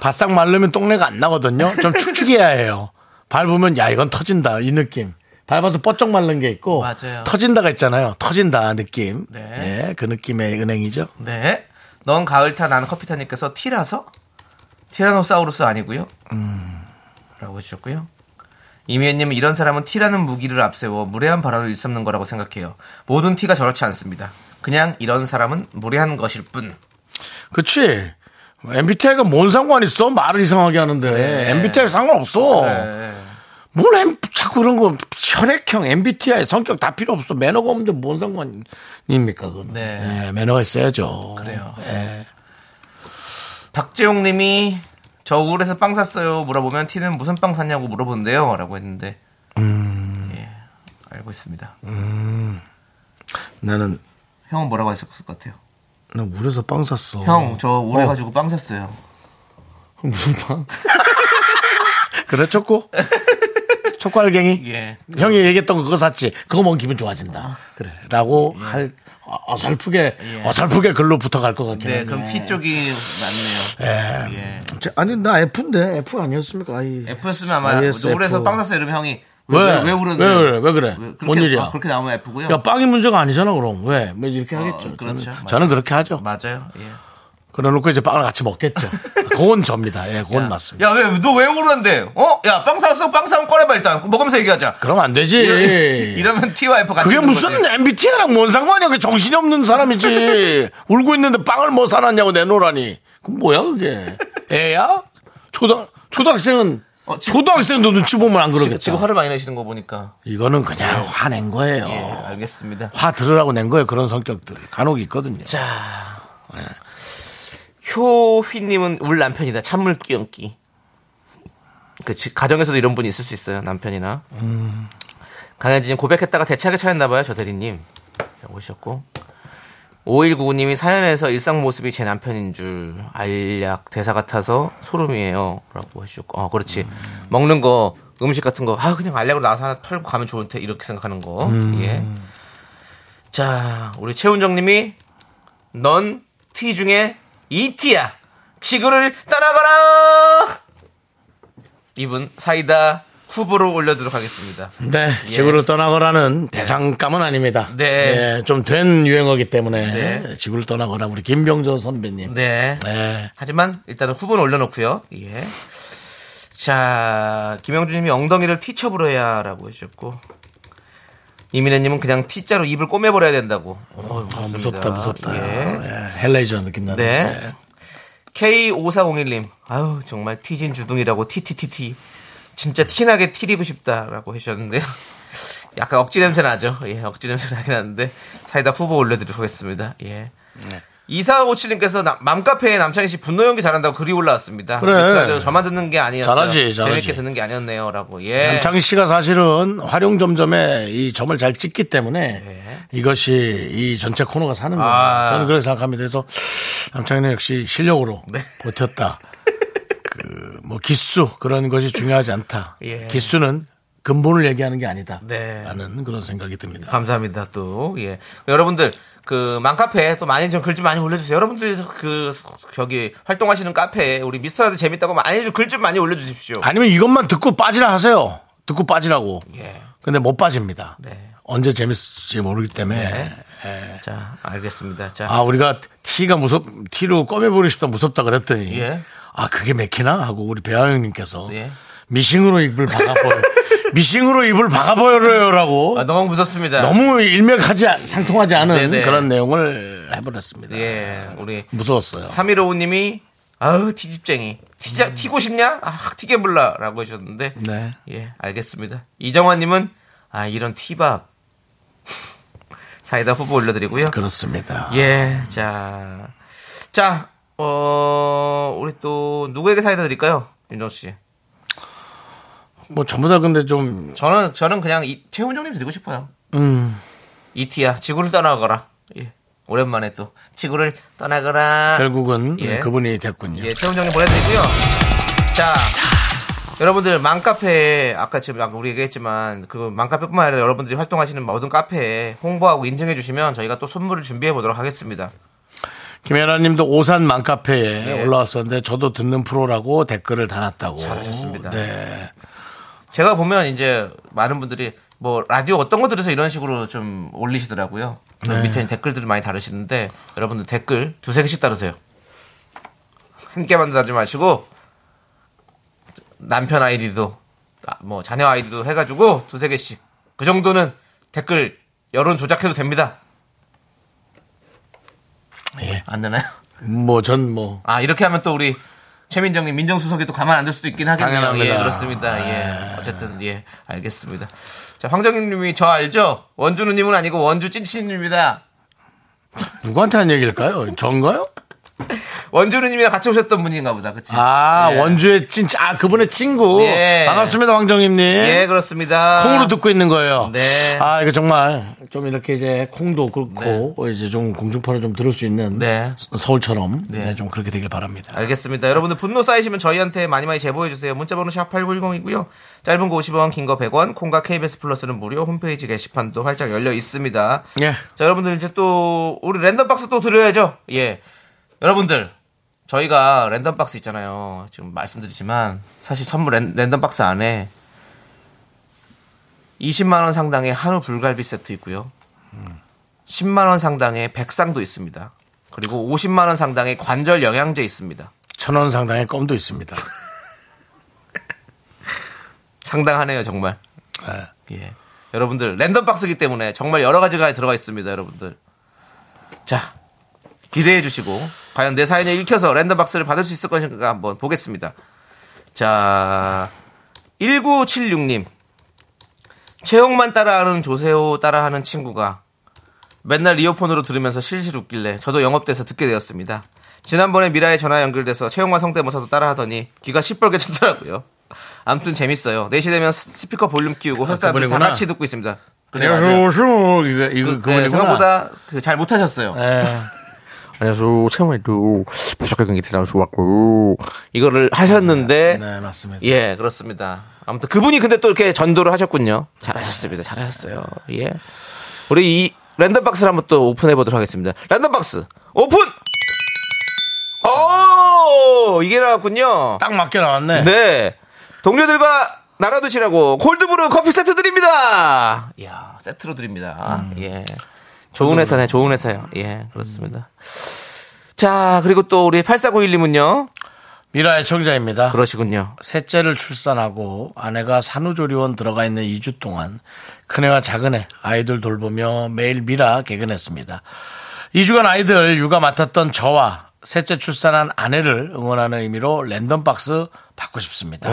A: 바싹 말르면 똥내가 안 나거든요. 좀 축축해야 해요. 밟으면 야 이건 터진다 이 느낌. 밟아서 뻗쩍 말른 게 있고
B: 맞아요.
A: 터진다가 있잖아요. 터진다 느낌.
B: 네.
A: 예, 그 느낌의 은행이죠.
B: 네 넌 가을타 나는 커피타님께서 티라서 티라노사우루스 아니고요 음, 라고 해주셨고요 이미애님은 이런 사람은 티라는 무기를 앞세워 무례한 발언을 일삼는 거라고 생각해요 모든 티가 저렇지 않습니다 그냥 이런 사람은 무례한 것일 뿐
A: 그치? MBTI가 뭔 상관 있어? 말을 이상하게 하는데
B: 네.
A: MBTI 상관없어. 뭘 M- 자꾸 그런 거 혈액형 MBTI 성격 다 필요 없어. 매너가 없는데 뭔 상관입니까 그건?
B: 네.
A: 예, 매너가 있어야죠.
B: 그래요.
A: 예.
B: 박재용 님이 저 우울해서 빵 샀어요. 물어보면 티는 무슨 빵 샀냐고 물어보는데요. 라고 했는데. 예, 알고 있습니다.
A: 나는
B: 형은 뭐라고 하셨을 것 같아요?
A: 나 우울해서 빵 샀어.
B: 형, 저 우울해가지고 빵 샀어요.
A: 그래 초코? 초코알갱이?
B: 예.
A: 형이 얘기했던 거 그거 샀지. 그거 먹으면 기분 좋아진다. 그래.라고
B: 예.
A: 할 어- 어설프게 어설프게 글로 붙어갈 것 같긴
B: 네,
A: 해.
B: 그럼 T 쪽이 맞네요. 예.
A: 제- 아니 나 F인데 F 아니었습니까? 아이.
B: F였으면 아마
A: ISF.
B: 우울해서 빵 샀어요. 이러면 형이
A: 왜?
B: 왜, 왜 우울했는데?
A: 왜 그래? 왜 그래?
B: 그렇게,
A: 뭔 일이야?
B: 아, 그렇게 나오면 F고요.
A: 야 빵이 문제가 아니잖아 그럼 왜? 뭐 이렇게 하겠죠.
B: 그렇죠.
A: 저는,
B: 맞아요.
A: 저는 그렇게 하죠.
B: 맞아요. 예.
A: 그래놓고 이제 빵을 같이 먹겠죠. 그건 접니다. 예, 그건 맞습니다.
B: 야, 왜, 너 왜 우울한데? 어? 야, 빵 사왔어? 빵 사면 꺼내봐, 일단. 먹으면서 얘기하자.
A: 그럼 안 되지.
B: 이러면 T와 F 같이.
A: 그게
B: 있는
A: 무슨
B: 거지.
A: MBTI랑 뭔 상관이야? 그 정신이 없는 사람이지. 울고 있는데 빵을 뭐 사놨냐고 내놓으라니. 그 뭐야 그게? 애야? 초등 초등학생은
B: 어, 지금-
A: 초등학생도 눈치 보면 안 그러겠다.
B: 지금, 지금 화를 많이 내시는 거 보니까.
A: 이거는 그냥 화낸 거예요.
B: 예, 알겠습니다.
A: 화 들으라고 낸 거예요. 그런 성격들 간혹 있거든요.
B: 자. 효휘님은 울 남편이다. 찬물 끼얹기. 그치. 가정에서도 이런 분이 있을 수 있어요. 남편이나. 강현진님 고백했다가 대차게 차였나봐요. 저 대리님. 자, 오셨고. 5199님이 사연에서 일상 모습이 제 남편인 줄 알약 대사 같아서 소름이에요. 라고 해주셨고. 어, 그렇지. 먹는 거, 음식 같은 거, 아, 그냥 알약으로 나와서 하나 털고 가면 좋은데, 이렇게 생각하는 거. 예. 자, 우리 최훈정 님이 넌 T 중에 ET야. 지구를 따라가라! 이분 사이다 후보로 올려도록 하겠습니다.
A: 네,
B: 예.
A: 지구를 떠나거라는 대상감은 아닙니다.
B: 네.
A: 예, 좀 된 유행어기 때문에
B: 네.
A: 지구를 떠나거라 우리 김병조 선배님.
B: 네.
A: 네.
B: 하지만 일단은 후보는 올려놓고요. 예. 자, 김영주님이 엉덩이를 T첩으로 해야라고 해주셨고 이민혜님은 그냥 T자로 입을 꼬매버려야 된다고. 어,
A: 아, 무섭다, 무섭다.
B: 예.
A: 예, 헬라이즈한 느낌 나네.
B: 네. K5401님, 아유, 정말 티진 주둥이라고 티티티티. 진짜 티나게 티 입고 싶다라고 해주셨는데요. 약간 억지 냄새 나죠? 예, 억지 냄새 나긴 하는데. 사이다 후보 올려드리도록 하겠습니다. 예.
A: 네.
B: 2457님께서 남, 맘카페에 남창희 씨 분노 연기 잘한다고 글이 올라왔습니다.
A: 그래.
B: 미스 라디오 저만 듣는 게 아니었어요.
A: 잘하지, 잘하지.
B: 재밌게 듣는 게 아니었네요. 라고. 예.
A: 남창희 씨가 사실은 활용 점점에 이 점을 잘 찍기 때문에 이것이 이 전체 코너가 사는 거예요.
B: 네. 아.
A: 저는 그렇게 생각합니다. 그래서 남창희는 역시 실력으로
B: 네.
A: 버텼다. 그 뭐 기수 그런 것이 중요하지 않다.
B: 예.
A: 기수는 근본을 얘기하는 게 아니다.
B: 네.
A: 라는 그런 생각이 듭니다.
B: 감사합니다. 또 예. 여러분들 그 맘카페 또 많이 좀 글 좀 많이 올려주세요. 여러분들이 그 저기 활동하시는 카페에 우리 미스터라도 재밌다고 많이 좀 글 좀 많이 올려주십시오.
A: 아니면 이것만 듣고 빠지라 하세요. 듣고 빠지라고.
B: 예.
A: 근데 못 빠집니다.
B: 네.
A: 언제 재밌을지 모르기 때문에
B: 자 알겠습니다. 자
A: 아 우리가 티가 무섭 티로 꿰매버리고 싶다 무섭다 그랬더니
B: 예.
A: 아 그게 맥히나 하고 우리 배아영님께서
B: 예.
A: 미싱으로 입을 박아버려 미싱으로 입을 박아버려요라고
B: 아, 너무 무섭습니다.
A: 너무 일맥하지 않- 상통하지 않은
B: 네네.
A: 그런 내용을 해버렸습니다.
B: 예 우리
A: 무서웠어요.
B: 3155님이 아우 티집쟁이 티자 티고 싶냐? 아 티게 불라라고 하셨는데
A: 음. 네.
B: 예 알겠습니다. 이정환님은 아 이런 티밥 사이다 후보 올려드리고요.
A: 그렇습니다.
B: 예, 자, 자, 어, 우리 또 누구에게 사이다 드릴까요, 윤정 씨?
A: 뭐 전부 다 근데 좀
B: 저는 저는 그냥 이, 최훈정님 드리고 싶어요.
A: 음,
B: 이티야, 지구를 떠나거라. 예, 오랜만에 또 지구를 떠나거라.
A: 결국은
B: 예.
A: 그분이 됐군요.
B: 예, 최훈정님 보내드리고요. 자, 여러분들 맘카페 아까 지금 아까 우리 얘기했지만 그 맘카페뿐만 아니라 여러분들이 활동하시는 모든 카페에 홍보하고 인증해 주시면 저희가 또 선물을 준비해 보도록 하겠습니다.
A: 김연아님도 오산 맘카페에
B: 예.
A: 올라왔었는데 저도 듣는 프로라고 댓글을 달았다고.
B: 잘하셨습니다.
A: 네.
B: 제가 보면 이제 많은 분들이 뭐 라디오 어떤 거 들으세요 이런 식으로 좀 올리시더라고요. 그 밑에 댓글들을 많이 다르시는데 여러분들 댓글 두세 개씩 다르세요. 한 개만 다지 마시고 남편 아이디도 아, 뭐 자녀 아이디도 해가지고 두세 개씩 그 정도는 댓글 여론 조작해도 됩니다.
A: 예.
B: 안 되나요?
A: 뭐 전 뭐
B: 아 이렇게 하면 또 우리 최민정님 민정수석이 또 가만 안 둘 수도 있긴 하겠네요.
A: 당연합니다. 아.
B: 예, 그렇습니다. 예, 어쨌든 예, 알겠습니다. 자 황정희님이 저 알죠? 원준우님은 아니고 원주 찐친입니다.
A: 누구한테 한 얘기일까요? 전가요?
B: 원준우님이랑 같이 오셨던 분인가 보다, 그치?
A: 아,
B: 예.
A: 원주의 진짜, 아, 그분의 친구.
B: 예.
A: 반갑습니다, 황정임님.
B: 예, 그렇습니다.
A: 콩으로 듣고 있는 거예요.
B: 네.
A: 아, 이거 정말 좀 이렇게 이제 콩도 그렇고 이제 좀 공중파를 좀 들을 수 있는
B: 네.
A: 서- 서울처럼
B: 네.
A: 네, 좀 그렇게 되길 바랍니다.
B: 알겠습니다. 여러분들 분노 쌓이시면 저희한테 많이 많이 제보해주세요. 문자번호 샵8910이고요. 짧은 거 50원, 긴 거 100원, 콩과 KBS 플러스는 무료, 홈페이지 게시판도 활짝 열려 있습니다.
A: 예.
B: 자, 여러분들 이제 또, 우리 랜덤박스 또 드려야죠. 예. 여러분들, 저희가 랜덤박스 있잖아요. 지금 말씀드리지만, 사실 선물 랜, 랜덤박스 안에 20만원 상당의 한우 불갈비 세트 있고요. 10만원 상당의 백상도 있습니다. 그리고 50만원 상당의 관절 영양제 있습니다.
A: 천 원 상당의 껌도 있습니다.
B: 상당하네요, 정말.
A: 네.
B: 예. 여러분들, 랜덤 박스기 때문에 정말 여러 가지가 들어가 있습니다, 여러분들. 자, 기대해 주시고, 과연 내 사연을 읽혀서 랜덤 박스를 받을 수 있을 것인가 한번 보겠습니다. 자, 1976님. 체형만 따라하는 조세호 따라하는 친구가 맨날 이어폰으로 들으면서 실실 웃길래 저도 영업돼서 듣게 되었습니다. 지난번에 미라에 전화 연결돼서 채용화 성대모사도 따라하더니 귀가 시뻘게 쳤더라고요. 암튼 재밌어요. 4시 되면 스- 스피커 볼륨 끼우고 회사들 다
A: 아, 그분이구나.
B: 같이 듣고 있습니다. 그래, 네, 맞아요.
A: 안녕하세요. 슈, 이거, 이거,
B: 그, 네,
A: 그분이구나. 예,
B: 생각보다 그 잘 못하셨어요. 안녕하세요. 체험에도 부족한 경기 대단히 좋았고 이거를 하셨는데
A: 네, 맞습니다.
B: 예, 그렇습니다. 아무튼 그분이 근데 또 이렇게 전도를 하셨군요. 잘하셨습니다. 잘하셨어요. 예. 우리 이 랜덤 박스를 한번 또 오픈해 보도록 하겠습니다. 랜덤 박스 오픈! 오! 이게 나왔군요.
A: 딱 맞게 나왔네.
B: 네. 동료들과 나눠 드시라고 콜드브루 커피 세트 드립니다. 이야, 세트로 드립니다. 예. 좋은 회사네, 좋은 회사요. 예, 그렇습니다. 자, 그리고 또 우리 8491님은요.
A: 미라의 청자입니다.
B: 그러시군요.
A: 셋째를 출산하고 아내가 산후조리원 들어가 있는 2주 동안 큰애와 작은애 아이들 돌보며 매일 미라 개근했습니다. 2주간 아이들 육아 맡았던 저와 셋째 출산한 아내를 응원하는 의미로 랜덤박스 받고 싶습니다.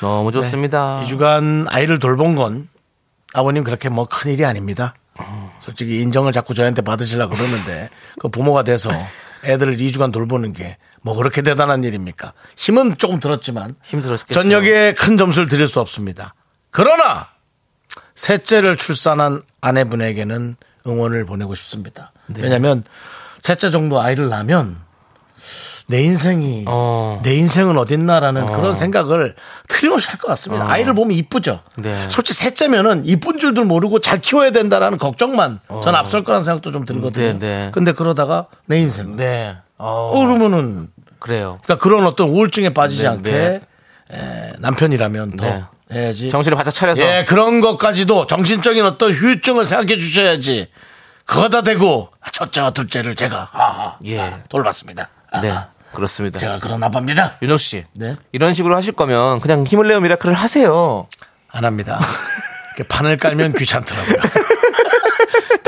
B: 너무 좋습니다.
A: 2주간 아이를 돌본 건 아버님 그렇게 뭐 큰일이 아닙니다. 솔직히 인정을 자꾸 저희한테 받으시려고 그러는데 그 부모가 돼서 애들을 2주간 돌보는 게 뭐 그렇게 대단한 일입니까? 힘은 조금 들었지만
B: 힘들었겠죠.
A: 전역에 큰 점수를 드릴 수 없습니다. 그러나 셋째를 출산한 아내분에게는 응원을 보내고 싶습니다.
B: 네.
A: 왜냐하면 셋째 정도 아이를 낳으면 내 인생이
B: 어.
A: 내 인생은 어딨나라는 그런 생각을 틀림없이 할 것 같습니다. 아이를 보면 이쁘죠.
B: 어. 네.
A: 솔직히 셋째면은 이쁜 줄도 모르고 잘 키워야 된다라는 걱정만 전 앞설 거라는 생각도 좀 들거든요.
B: 어. 네, 네.
A: 근데 그러다가 내 인생
B: 네. 어,
A: 어, 그러면은
B: 그래요.
A: 그러니까 그런 어떤 우울증에 빠지지
B: 네,
A: 않게
B: 네.
A: 에, 남편이라면 더
B: 네.
A: 해야지.
B: 정신을 바짝 차려서.
A: 예, 그런 것까지도 정신적인 어떤 휴유증을 생각해 주셔야지. 그거다 대고 첫째와 둘째를 제가 아하,
B: 예.
A: 아, 돌봤습니다. 아하,
B: 네. 그렇습니다.
A: 제가 그런 아빠입니다.
B: 윤호 씨.
A: 네.
B: 이런 식으로 하실 거면 그냥 힘을 내어 미라클을 하세요.
A: 안 합니다. 이렇게 판을 깔면 귀찮더라고요.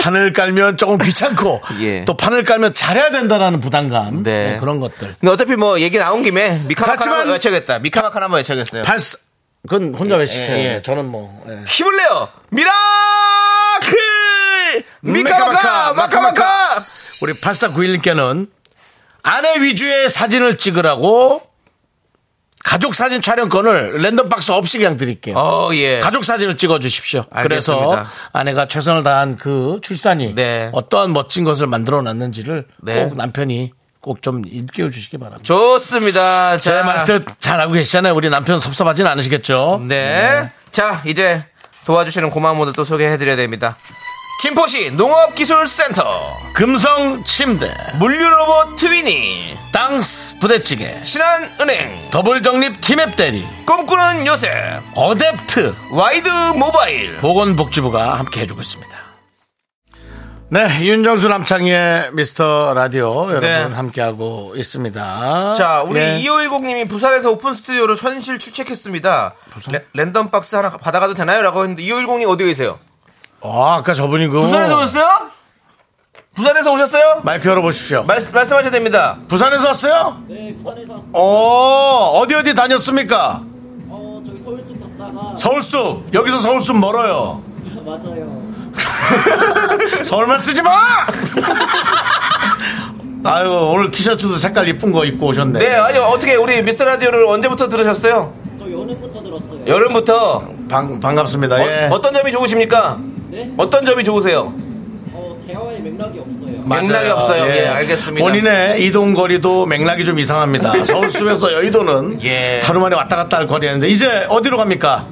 A: 판을 깔면 조금 귀찮고
B: 예.
A: 또 판을 깔면 잘해야 된다라는 부담감
B: 네.
A: 네, 그런 것들.
B: 근데 어차피 뭐 얘기 나온 김에 미카마카
A: 그렇지만-
B: 한번 외쳐야겠다. 미카마카 한번 외쳐야겠어요.
A: 발스 그건 혼자 외치세요.
B: 예, 예.
A: 저는 뭐 예.
B: 힘을 내요. 미라클! 미카마카!
A: 미카마카!
B: 마카마카!
A: 우리 8491님께는 아내 위주의 사진을 찍으라고 가족 사진 촬영권을 랜덤 박스 없이 그냥 드릴게요.
B: 어, 예.
A: 가족 사진을 찍어 주십시오. 그래서
B: 알겠습니다.
A: 아내가 최선을 다한 그 출산이
B: 네.
A: 어떠한 멋진 것을 만들어 놨는지를
B: 네.
A: 꼭 남편이 꼭 좀 일깨워 주시기 바랍니다.
B: 좋습니다. 자,
A: 제 말뜻 잘 알고 계시잖아요. 우리 남편 섭섭하진 않으시겠죠?
B: 네. 자, 이제 도와주시는 고마운 분들 또 소개해드려야 됩니다. 김포시 농업기술센터,
A: 금성 침대,
B: 물류로봇 트위니,
A: 땅스 부대찌개,
B: 신한은행,
A: 더블 정립 티맵 대리,
B: 꿈꾸는 요새,
A: 어댑트
B: 와이드 모바일.
A: 보건복지부가 함께 해주고 있습니다. 네, 윤정수 남창희의 미스터 라디오 여러분
B: 네.
A: 함께하고 있습니다.
B: 자, 우리
A: 예.
B: 2510님이 부산에서 오픈 스튜디오로 현실 출첵했습니다. 레- 랜덤 박스 하나 받아가도 되나요? 라고 했는데 2510님 어디 계세요?
A: 아, 아까 저분이 그
B: 부산에서 오셨어요? 부산에서 오셨어요?
A: 마이크 열어보십시오.
B: 말, 말씀하셔야 됩니다.
A: 부산에서 왔어요? 네, 부산에서 왔어요. 어, 어디 어디 다녔습니까? 어, 저기 서울숲 갔다가. 서울숲! 여기서 서울숲 멀어요. 맞아요. 서울만 쓰지 마! 아유 오늘 티셔츠도 색깔 이쁜 거 입고 오셨네.
B: 네, 아니 어떻게 우리 미스터 라디오를 언제부터 들으셨어요? 저 여름부터 들었어요.
A: 반, 반갑습니다. 예.
B: 여름부터 어, 떤 점이 좋으십니까? 어떤 점이 좋으세요? 어, 맥락이
A: 맞아요.
B: 없어요. 예, 알겠습니다.
A: 본인의 이동 거리도 맥락이 좀 이상합니다. 서울숲에서 여의도는
B: 예.
A: 하루 만에 왔다 갔다 할 거리였는데 이제 어디로 갑니까?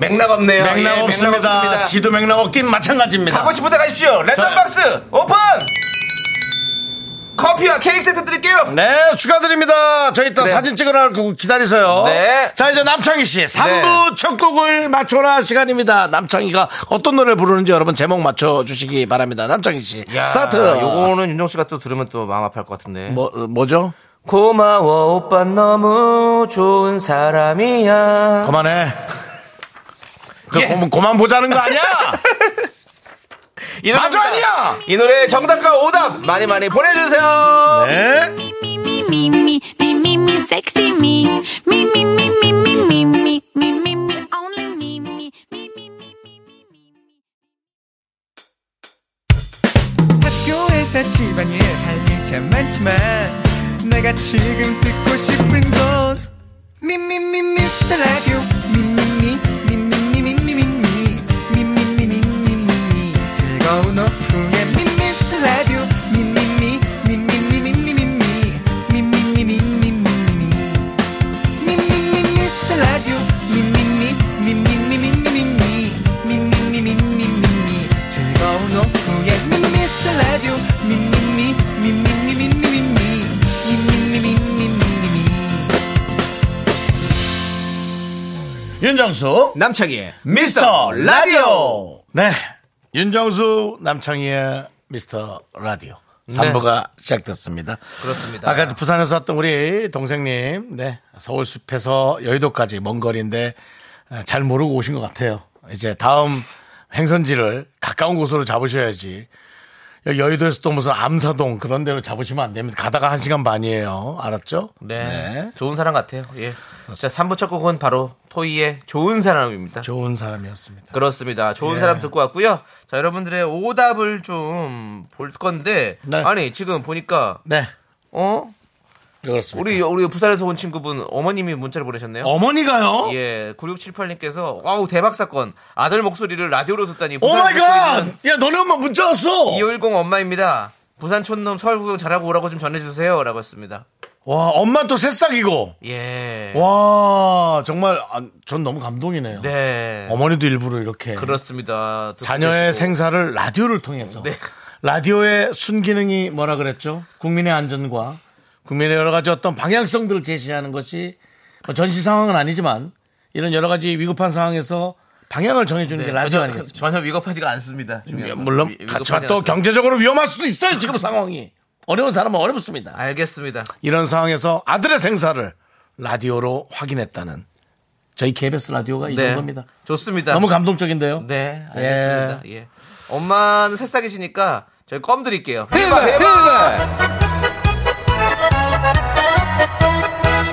B: 맥락 없네요.
A: 맥락,
B: 예,
A: 없습니다.
B: 없습니다.
A: 지도 맥락 없긴 마찬가지입니다.
B: 가고 싶은 데 가십시오. 랜덤박스 오픈! 커피와 케이크 세트 드릴게요.
A: 네, 축하드립니다. 저희 또
B: 네.
A: 사진 찍으라 고 기다리세요.
B: 네.
A: 자, 이제 남창희 씨. 3부 첫 곡을 맞춰라 시간입니다. 남창희가 어떤 노래를 부르는지 여러분 제목 맞춰주시기 바랍니다. 남창희 씨.
B: 야,
A: 스타트.
B: 요거는 윤정 씨가 또 들으면 또 마음 아플 것 같은데.
A: 뭐, 어, 뭐죠?
B: 고마워 오빠 너무 좋은 사람이야.
A: 그만해. 그,
B: 예.
A: 고, 그만 보자는 거 아니야?
B: 이
A: 맞아, 아니야!
B: 이 노래 정답과 오답 많이 많이 보내주세요.
A: 네.
F: 미미미 미미미 섹시 미 미미미 미미미 미미미 only 미미
G: 학교에서 집안일 할 일 참 많지만 내가 지금 듣고 싶은 건 미미미 미스터 라디오 미미미 미미미 미미미 미미미 미미미 즐거운 오후에 미스터 라디오 미미미 미미미 미미미 미미미 미미미
A: 윤정수.
B: 남창희의
A: 네. 미스터 라디오. 네. 윤정수 남창희의 미스터 라디오. 3부가 시작됐습니다.
B: 네. 그렇습니다.
A: 아까 부산에서 왔던 우리 동생님, 네. 서울숲에서 여의도까지 먼 거리인데 에, 잘 모르고 오신 것 같아요. 이제 다음 행선지를 가까운 곳으로 잡으셔야지. 여기 여의도에서 또 무슨 암사동 그런 데로 잡으시면 안 됩니다. 가다가 한 시간 반이에요. 알았죠?
B: 네. 좋은 사람 같아요. 예. 자, 3부 첫 곡은 바로 토이의 좋은 사람입니다.
A: 좋은 사람이었습니다.
B: 그렇습니다. 좋은
A: 예.
B: 사람 듣고 왔고요. 자, 여러분들의 오답을 좀 볼 건데
A: 네.
B: 아니, 지금 보니까
A: 네.
B: 어?
A: 그렇습니다.
B: 우리 우리 부산에서 온 친구분 어머님이 문자를 보내셨네요.
A: 어머니가요?
B: 예, 9678님께서 와우 대박 사건. 아들 목소리를 라디오로 듣다니.
A: 오
B: 부산에서
A: 마이
B: 듣고
A: 갓!
B: 있는
A: Oh 야, 너네 엄마 문자 왔어!
B: 210 엄마입니다. 부산 촌놈 서울 구경 잘하고 오라고 좀 전해주세요. 라고 했습니다.
A: 와, 엄마 또 새싹이고.
B: 예.
A: 와, 정말, 아, 전 너무 감동이네요.
B: 네.
A: 어머니도 일부러 이렇게.
B: 그렇습니다. 듣고
A: 자녀의
B: 계시고.
A: 생사를 라디오를 통해서.
B: 네.
A: 라디오의 순기능이 뭐라 그랬죠? 국민의 안전과 국민의 여러 가지 어떤 방향성들을 제시하는 것이 뭐 전시 상황은 아니지만 이런 여러 가지 위급한 상황에서 방향을 정해주는 게
B: 네,
A: 라디오
B: 전혀,
A: 아니겠습니까? 예,
B: 전혀 위급하지가 않습니다. 중요한 건.
A: 물론
B: 위-
A: 같이
B: 위급하지
A: 또
B: 않습니다.
A: 경제적으로 위험할 수도 있어요 지금 상황이 어려운 사람은 어렵습니다.
B: 알겠습니다.
A: 이런 상황에서 아들의 생사를 라디오로 확인했다는 저희 KBS 라디오가 이 정도입니다.
B: 네. 좋습니다.
A: 너무 감동적인데요.
B: 네, 알겠습니다. 예. 엄마는 새싹이시니까 저희 껌 드릴게요.
A: 예.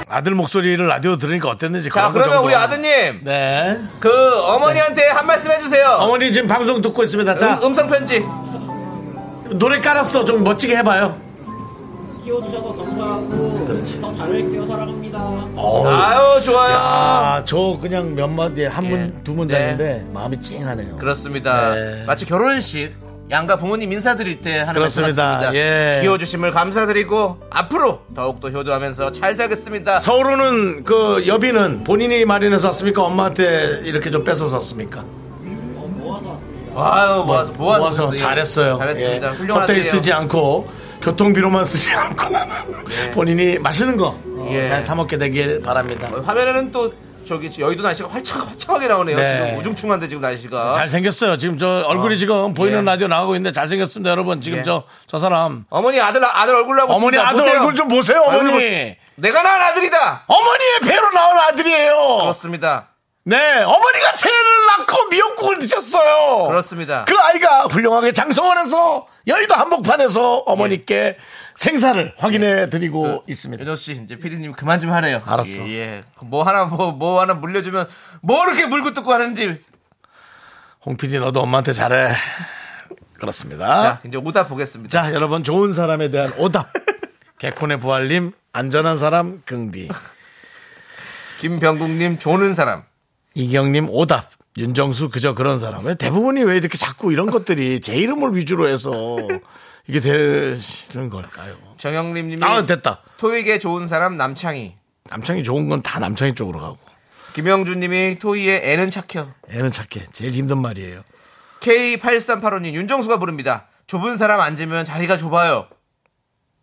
A: 아들 목소리를 라디오 들으니까 어땠는지 그런
B: 자,
A: 거
B: 그러면
A: 정도만.
B: 우리 아드님,
A: 네.
B: 그 어머니한테 한 말씀 해주세요.
A: 어머니 지금 방송 듣고 있습니다. 자,
B: 음, 음성 편지.
A: 노래 깔았어. 좀 멋지게 해봐요.
H: 키워주셔서 감사하고 더 잘할게요 사랑합니다
A: 어우.
B: 아유, 좋아요.
A: 야, 저 그냥 몇 마디 한 문
B: 예.
A: 두 문장인데 마음이 찡하네요.
B: 그렇습니다.
A: 네.
B: 마치 결혼식 양가 부모님 인사드릴 때 하는
A: 그렇습니다.
B: 말씀 같습니다.
A: 예.
B: 키워주심을 감사드리고 앞으로 더욱더 효도하면서 잘 살겠습니다.
A: 서울은 그 여비는 본인이 마련해서 왔습니까? 엄마한테 이렇게 좀 뺏어서 왔습니까?
B: 아유 모아서 모아서,
A: 뭐, 모아서
B: 예.
A: 잘했어요.
B: 잘했습니다.
A: 예.
B: 훌륭하네요.
A: 겉에 쓰지 않고 교통비로만 쓰지 않고 본인이 맛있는 거 어,
B: 예.
A: 잘 사 먹게 되길 바랍니다.
B: 어, 화면에는 또 저기 지금 여의도 날씨가 활짝 활짝하게 나오네요.
A: 네.
B: 지금 우중충한데 지금 날씨가.
A: 잘 생겼어요. 지금 저 얼굴이 지금 보이는
B: 예.
A: 라디오 나가고 있는데 잘 생겼습니다, 여러분. 지금
B: 예.
A: 저 저 사람
B: 어머니 아들 아들 얼굴 나고
A: 어머니 아들 얼굴 좀 보세요, 어머니.
B: 내가 낳은 아들이다.
A: 어머니의 배로 나온 아들이에요.
B: 그렇습니다.
A: 네, 어머니가 태를 낳고 미역국을 드셨어요.
B: 그렇습니다.
A: 그 아이가 훌륭하게 장성원에서 여의도 한복판에서 어머니께 생사를 확인해 드리고 있습니다.
B: 윤호 씨 이제 피디님 그만 좀 하래요.
A: 알았어.
B: 예, 예. 뭐 하나 뭐 뭐 하나 물려주면 뭐 이렇게 물고 뜯고 하는지
A: 홍 PD 너도 엄마한테 잘해. 그렇습니다.
B: 자,
A: 아.
B: 이제 오다 보겠습니다.
A: 자, 여러분 좋은 사람에 대한 오답. 개콘의 부활님, 안전한 사람 긍디.
B: 김병국님 조는 사람.
A: 이경님 오답. 윤정수 그저 그런 사람. 왜 대부분이 왜 이렇게 자꾸 이런 것들이 제 이름을 위주로 해서 이게 되는 걸까요?
B: 정영림님이
A: 아 됐다.
B: 토익에 좋은 사람 남창희.
A: 남창이 좋은 건 다 남창이 쪽으로 가고.
B: 김영준님이 토이의 애는 착혀.
A: 애는 착해. 제일 힘든 말이에요.
B: K8385님 윤정수가 부릅니다. 좁은 사람 앉으면 자리가 좁아요.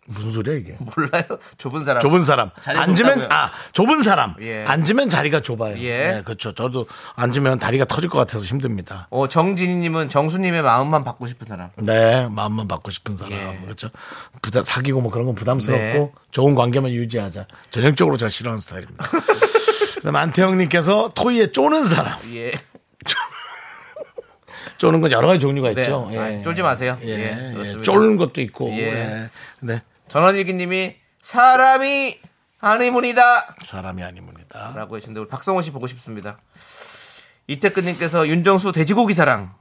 A: 무슨 소리야 이게?
B: 몰라요? 좁은 사람.
A: 좁은 사람
B: 아, 자리가
A: 앉으면
B: 좁다고요.
A: 아 좁은 사람
B: 예.
A: 앉으면 자리가 좁아요.
B: 예.
A: 네, 그렇죠. 저도 앉으면 다리가 터질 것 같아서 힘듭니다.
B: 어, 정진희님은 정수님의 마음만 받고 싶은 사람.
A: 네 마음만 받고 싶은 사람
B: 예.
A: 그렇죠. 부담, 사귀고 뭐 그런 건 부담스럽고
B: 네.
A: 좋은 관계만 유지하자. 전형적으로 잘 싫어하는 스타일입니다. 그다음 안태형님께서 토이에 쪼는 사람
B: 예.
A: 쪼는 건 여러 가지 종류가
B: 네.
A: 있죠.
B: 아, 쫄지 마세요.
A: 예.
B: 예,
A: 예.
B: 그렇습니다.
A: 쫄는 것도 있고.
B: 예.
A: 예. 네.
B: 전원일기님이 사람이 아니문이다.
A: 사람이 아닙니다.
B: 라고 하시는데 우리 박성호 씨 보고 싶습니다. 이태근님께서 윤정수 돼지고기 사랑.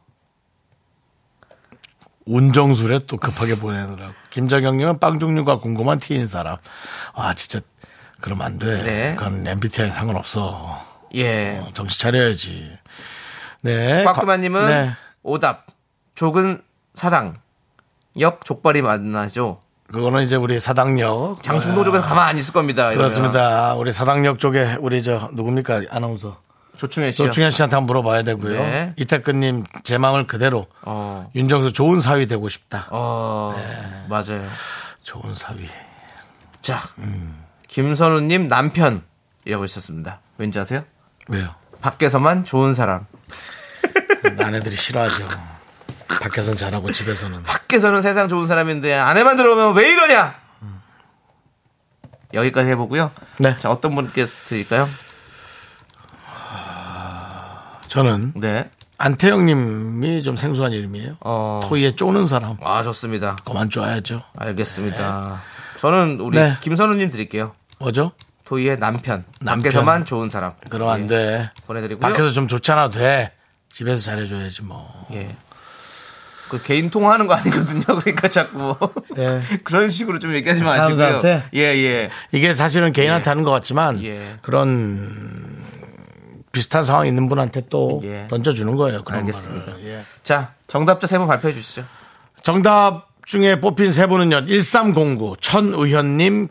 A: 운정술에 또 급하게 보내느라고. 김정영님은 빵 종류가 궁금한 티인 사람. 아 진짜 그러면 안 돼.
B: 네.
A: 그건 MBTI 상관없어.
B: 예.
A: 어, 정신 차려야지. 네.
B: 꽉꾸마님은
A: 과- 네.
B: 오답. 조근 사당. 역 족발이 만나죠.
A: 그거는 이제 우리 사당역
B: 장충동 쪽에서 가만 안 있을 겁니다.
A: 네.
B: 이러면.
A: 그렇습니다. 우리 사당역 쪽에 우리 저 누굽니까 아나운서
B: 조충현 씨요.
A: 조충현 씨한테 한번 물어봐야 되고요.
B: 네.
A: 이태근님 제 마음을 그대로
B: 어.
A: 윤정수 좋은 사위 되고 싶다.
B: 어.
A: 네.
B: 맞아요.
A: 좋은 사위.
B: 자.
A: 음.
B: 김선우님 남편이라고 있었습니다. 왠지 아세요?
A: 왜요?
B: 밖에서만 좋은 사람.
A: 아내들이 싫어하죠. 밖에선 잘하고 집에서는
B: 밖에서는 세상 좋은 사람인데 아내만 들어오면 왜 이러냐?
A: 음.
B: 여기까지 해보고요.
A: 네.
B: 자, 어떤 분께서일까요?
A: 저는
B: 네.
A: 안태영님이 좀 생소한 이름이에요.
B: 어.
A: 토이에 쪼는 사람.
B: 아, 좋습니다.
A: 그만 쪼아야죠.
B: 알겠습니다. 저는 우리
A: 네.
B: 김선우님 드릴게요.
A: 뭐죠?
B: 토이의 남편.
A: 남편.
B: 밖에서만 좋은 사람.
A: 그러면
B: 예.
A: 안 돼.
B: 보내드리고요.
A: 밖에서 좀 좋지 않아도 돼. 집에서 잘해줘야지 뭐.
B: 예. 그 개인 통화하는 거 아니거든요. 그러니까 자꾸
A: 예.
B: 그런 식으로 좀 얘기하지 마시고요.
A: 사람들한테?
B: 예, 예.
A: 이게 사실은 개인한테 하는 것 같지만
B: 예.
A: 그런 비슷한 상황 있는 분한테 또
B: 예.
A: 던져주는 거예요. 그런
B: 알겠습니다.
A: 말을. 예.
B: 자, 정답자 세 분 발표해 주시죠.
A: 정답 중에 뽑힌 세 분은요. 1309, 천의현님,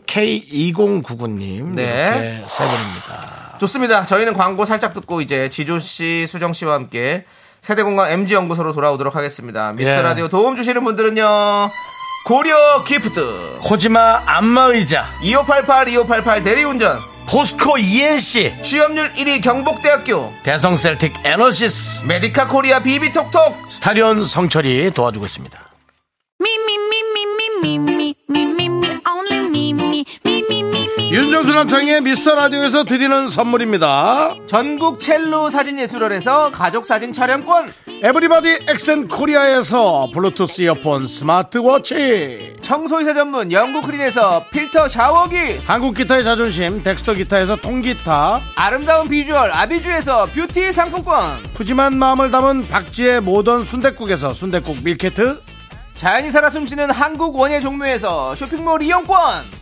A: K2099님.
B: 네.
A: 이렇게 세 분입니다.
B: 좋습니다. 저희는 광고 살짝 듣고 이제 지조 씨, 수정 씨와 함께 세대공감 MG 연구소로 돌아오도록 하겠습니다. 미스터
A: 예.
B: 라디오 도움 주시는 분들은요. 고려 기프트,
A: 코지마 안마의자,
B: 2588, 2588 대리운전,
A: 포스코 ENC,
B: 취업률 1위 경북대학교,
A: 대성 셀틱 에너시스,
B: 메디카 코리아 비비톡톡,
A: 스타리온 성철이 도와주고 있습니다.
F: Me, me, me, me, me, me, me, me, me, me, only me, me, me, me, me, me.
A: 윤정수 남창의 미스터 라디오에서 드리는 선물입니다.
B: 전국 첼로 사진예술원에서 가족사진 촬영권,
A: 에브리바디 엑센 코리아에서 블루투스 이어폰 스마트워치.
B: 청소이사 전문 영국크린에서 필터 샤워기,
A: 한국 기타의 자존심 덱스터 기타에서 통기타.
B: 아름다운 비주얼 아비주에서 뷰티 상품권,
A: 푸짐한 마음을 담은 박지의 모던 순댓국에서 순댓국 밀키트.
B: 자연이 살아 숨쉬는 한국 원예 종묘에서 쇼핑몰 이용권,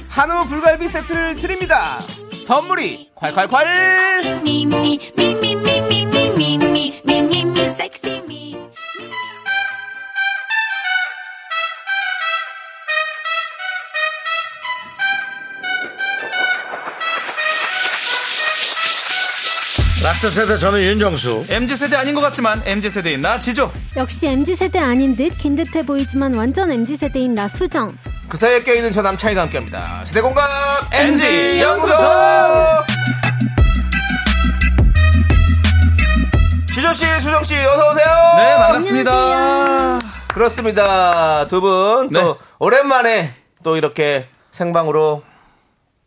B: 한우 불갈비 세트를 드립니다 선물이 콸콸콸
F: Me, me, me, me, me, me, me, me, me, me, me, me, sexy me.
A: 라트 세대 저는 윤정수.
I: MZ세대 아닌 것 같지만 MZ세대인 나 지조
J: 역시 MZ세대 아닌 듯 긴 듯해 보이지만 완전 MZ세대인 나 수정.
B: 그 사이에 껴있는 저 남창희가 함께합니다 시대공감 MG
I: MG
B: 연구소
I: 연구소!
B: 지조씨 수정씨 어서오세요
I: 네 반갑습니다
B: 그렇습니다. 그렇습니다. 두 분 또
I: 네.
B: 오랜만에 또 이렇게 생방으로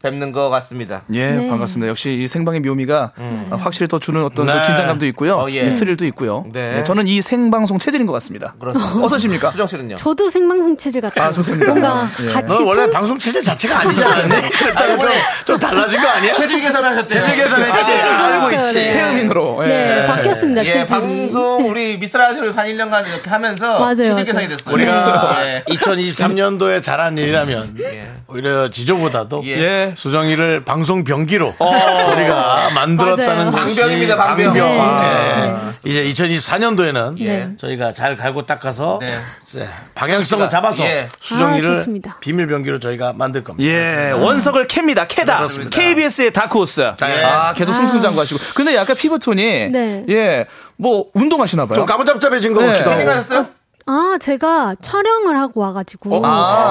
B: 뵙는 것 같습니다.
I: 예,
B: 네.
I: 반갑습니다. 역시 이 생방의 묘미가 어, 확실히 더 주는 어떤 그
B: 음. 네.
I: 긴장감도 있고요.
B: 어, 예.
I: 이 스릴도 있고요.
B: 네.
I: 네, 저는 이 생방송 체질인 것 같습니다. 어떠십니까?
B: 수정 씨는요?
J: 저도 생방송 체질 같아요.
I: 아, 좋습니다.
J: 뭔가
I: 예.
J: 같이
A: 어,
I: 너 원래
J: 술-
A: 방송 체질 자체가 아니지 않았니? 그랬다고 좀, 좀 달라진 거 아니야?
B: 체질 계산하셨대요.
A: 체질 계산했지.
B: 체질
A: 알고 있지.
J: 네.
I: 태연인으로. 예.
J: 네, 바뀌었습니다.
B: 예,
J: 체질이.
B: 방송 우리 미스라디오를 한 1년간 이렇게 하면서
J: 네. 맞아요,
B: 체질
J: 맞아요.
B: 계산이 됐어요.
A: 우리가
B: 예.
A: 2023년도에 아, 잘한 일이라면 오히려 지조보다도
I: 예.
A: 수정이를 방송 병기로 우리가 만들었다는
J: 맞아요.
A: 것이
B: 어. 방병입니다, 방병. 네. 예.
A: 예. 이제 2024년도에는
J: 네.
A: 저희가 잘 갈고 닦아서
B: 네.
A: 이제 방향성을 잡아서
B: 예.
J: 아,
A: 수정이를
J: 좋습니다.
A: 비밀 병기로 저희가 만들 겁니다.
I: 예, 원석을 캡니다. 캐다.
A: 그렇습니다.
I: KBS의 다크호스.
B: 예,
I: 아, 계속 승승장구하시고. 근데 약간 피부톤이
J: 네.
I: 예, 뭐 운동하시나 봐요.
A: 좀 까무잡잡해진 거
I: 네.
A: 같기도 하고.
B: 하셨어요?
J: 아, 제가 촬영을 하고 와가지고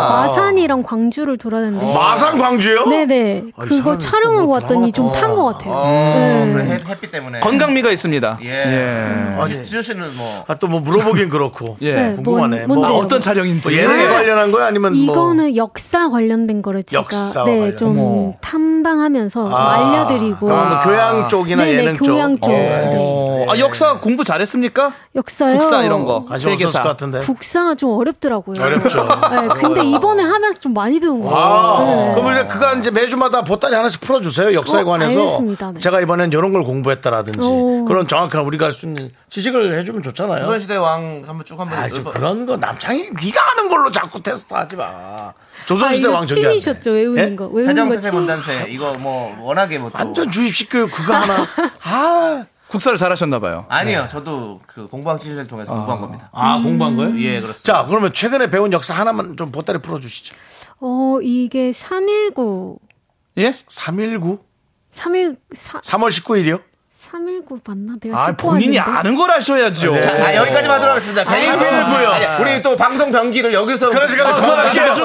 J: 마산이랑 광주를 돌아다녔는데.
A: 마산 광주요?
J: 네네.
A: 아, 이
J: 그거
A: 사람이
J: 촬영하고
A: 뭐
J: 왔더니 좀 탄 것 같아요.
B: 어,
J: 네.
B: 그래, 해- 햇빛 때문에.
I: 건강미가 있습니다.
B: 예.
I: 예.
B: 아니, 지조 씨는 뭐.
A: 아, 또 뭐 물어보긴 그렇고.
I: 예.
J: 네,
A: 궁금하네.
J: 뭔-
A: 뭐
I: 아,
J: 뭔데요?
I: 어떤 촬영인지.
A: 뭐 예능에 관련한 거야? 아니면 뭐.
J: 이거는 역사 관련된 거를 제가
A: 역사와 관련.
J: 네, 좀
I: 어머.
J: 탐방하면서 좀
A: 아,
J: 알려드리고
A: 그럼 뭐 교양 쪽이나
J: 네네,
A: 예능
J: 교양
A: 쪽.
J: 쪽.
A: 예, 알겠습니다.
I: 아, 역사 공부 잘했습니까?
J: 역사요.
G: 아,
I: 국사 이런
B: 어,
I: 거.
A: 관심 없었을
I: 세계사.
A: 것 같은데.
J: 국사가 좀 어렵더라고요.
A: 어렵죠.
J: 네, 근데 이번에 하면서 좀 많이 배운 거
A: 아,
J: 같아요. 네.
A: 그럼 이제 그가 이제 매주마다 보따리 하나씩 풀어주세요. 역사에
J: 어,
A: 관해서.
J: 알겠습니다. 네.
A: 제가 이번엔 이런 걸 공부했다라든지
J: 오.
A: 그런 정확한 우리가 할 수 있는 지식을 해주면 좋잖아요.
B: 조선시대 왕 한번 쭉 한번.
A: 아, 좀
B: 읊어-
A: 그런 거 남창이 네가 하는 걸로 자꾸 테스트 하지 마. 조선시대
J: 아, 이거
A: 왕족이
J: 취미셨죠 외우는
A: 예?
J: 거 외우는 거
B: 태정태세
J: 취미
B: 문단세 이거 뭐 워낙에 뭐 또-
A: 완전 주입식 교육 그거 하나. 아,
I: 국사를 잘하셨나 봐요.
B: 아니요 저도 그 공부학 지식을 통해서 공부한 겁니다
A: 아 공부한 거예요?
B: 예 그렇습니다
A: 자, 그러면 최근에 배운 역사 하나만 좀 보따리 풀어주시죠.
J: 어 이게 319
I: 예?
A: 319?
J: 319 사,
A: 3월 19일이요?
J: 319 맞나 내가
I: 아,
J: 찍고
I: 본인이
J: 왔는데.
I: 아는 걸 하셔야죠.
A: 네.
B: 자, 아 여기까지만 들어가겠습니다 괜히
A: 삼일구요.
B: 아니, 우리 또 방송 변기를 여기서 아,
A: 그러니까 그만할게요.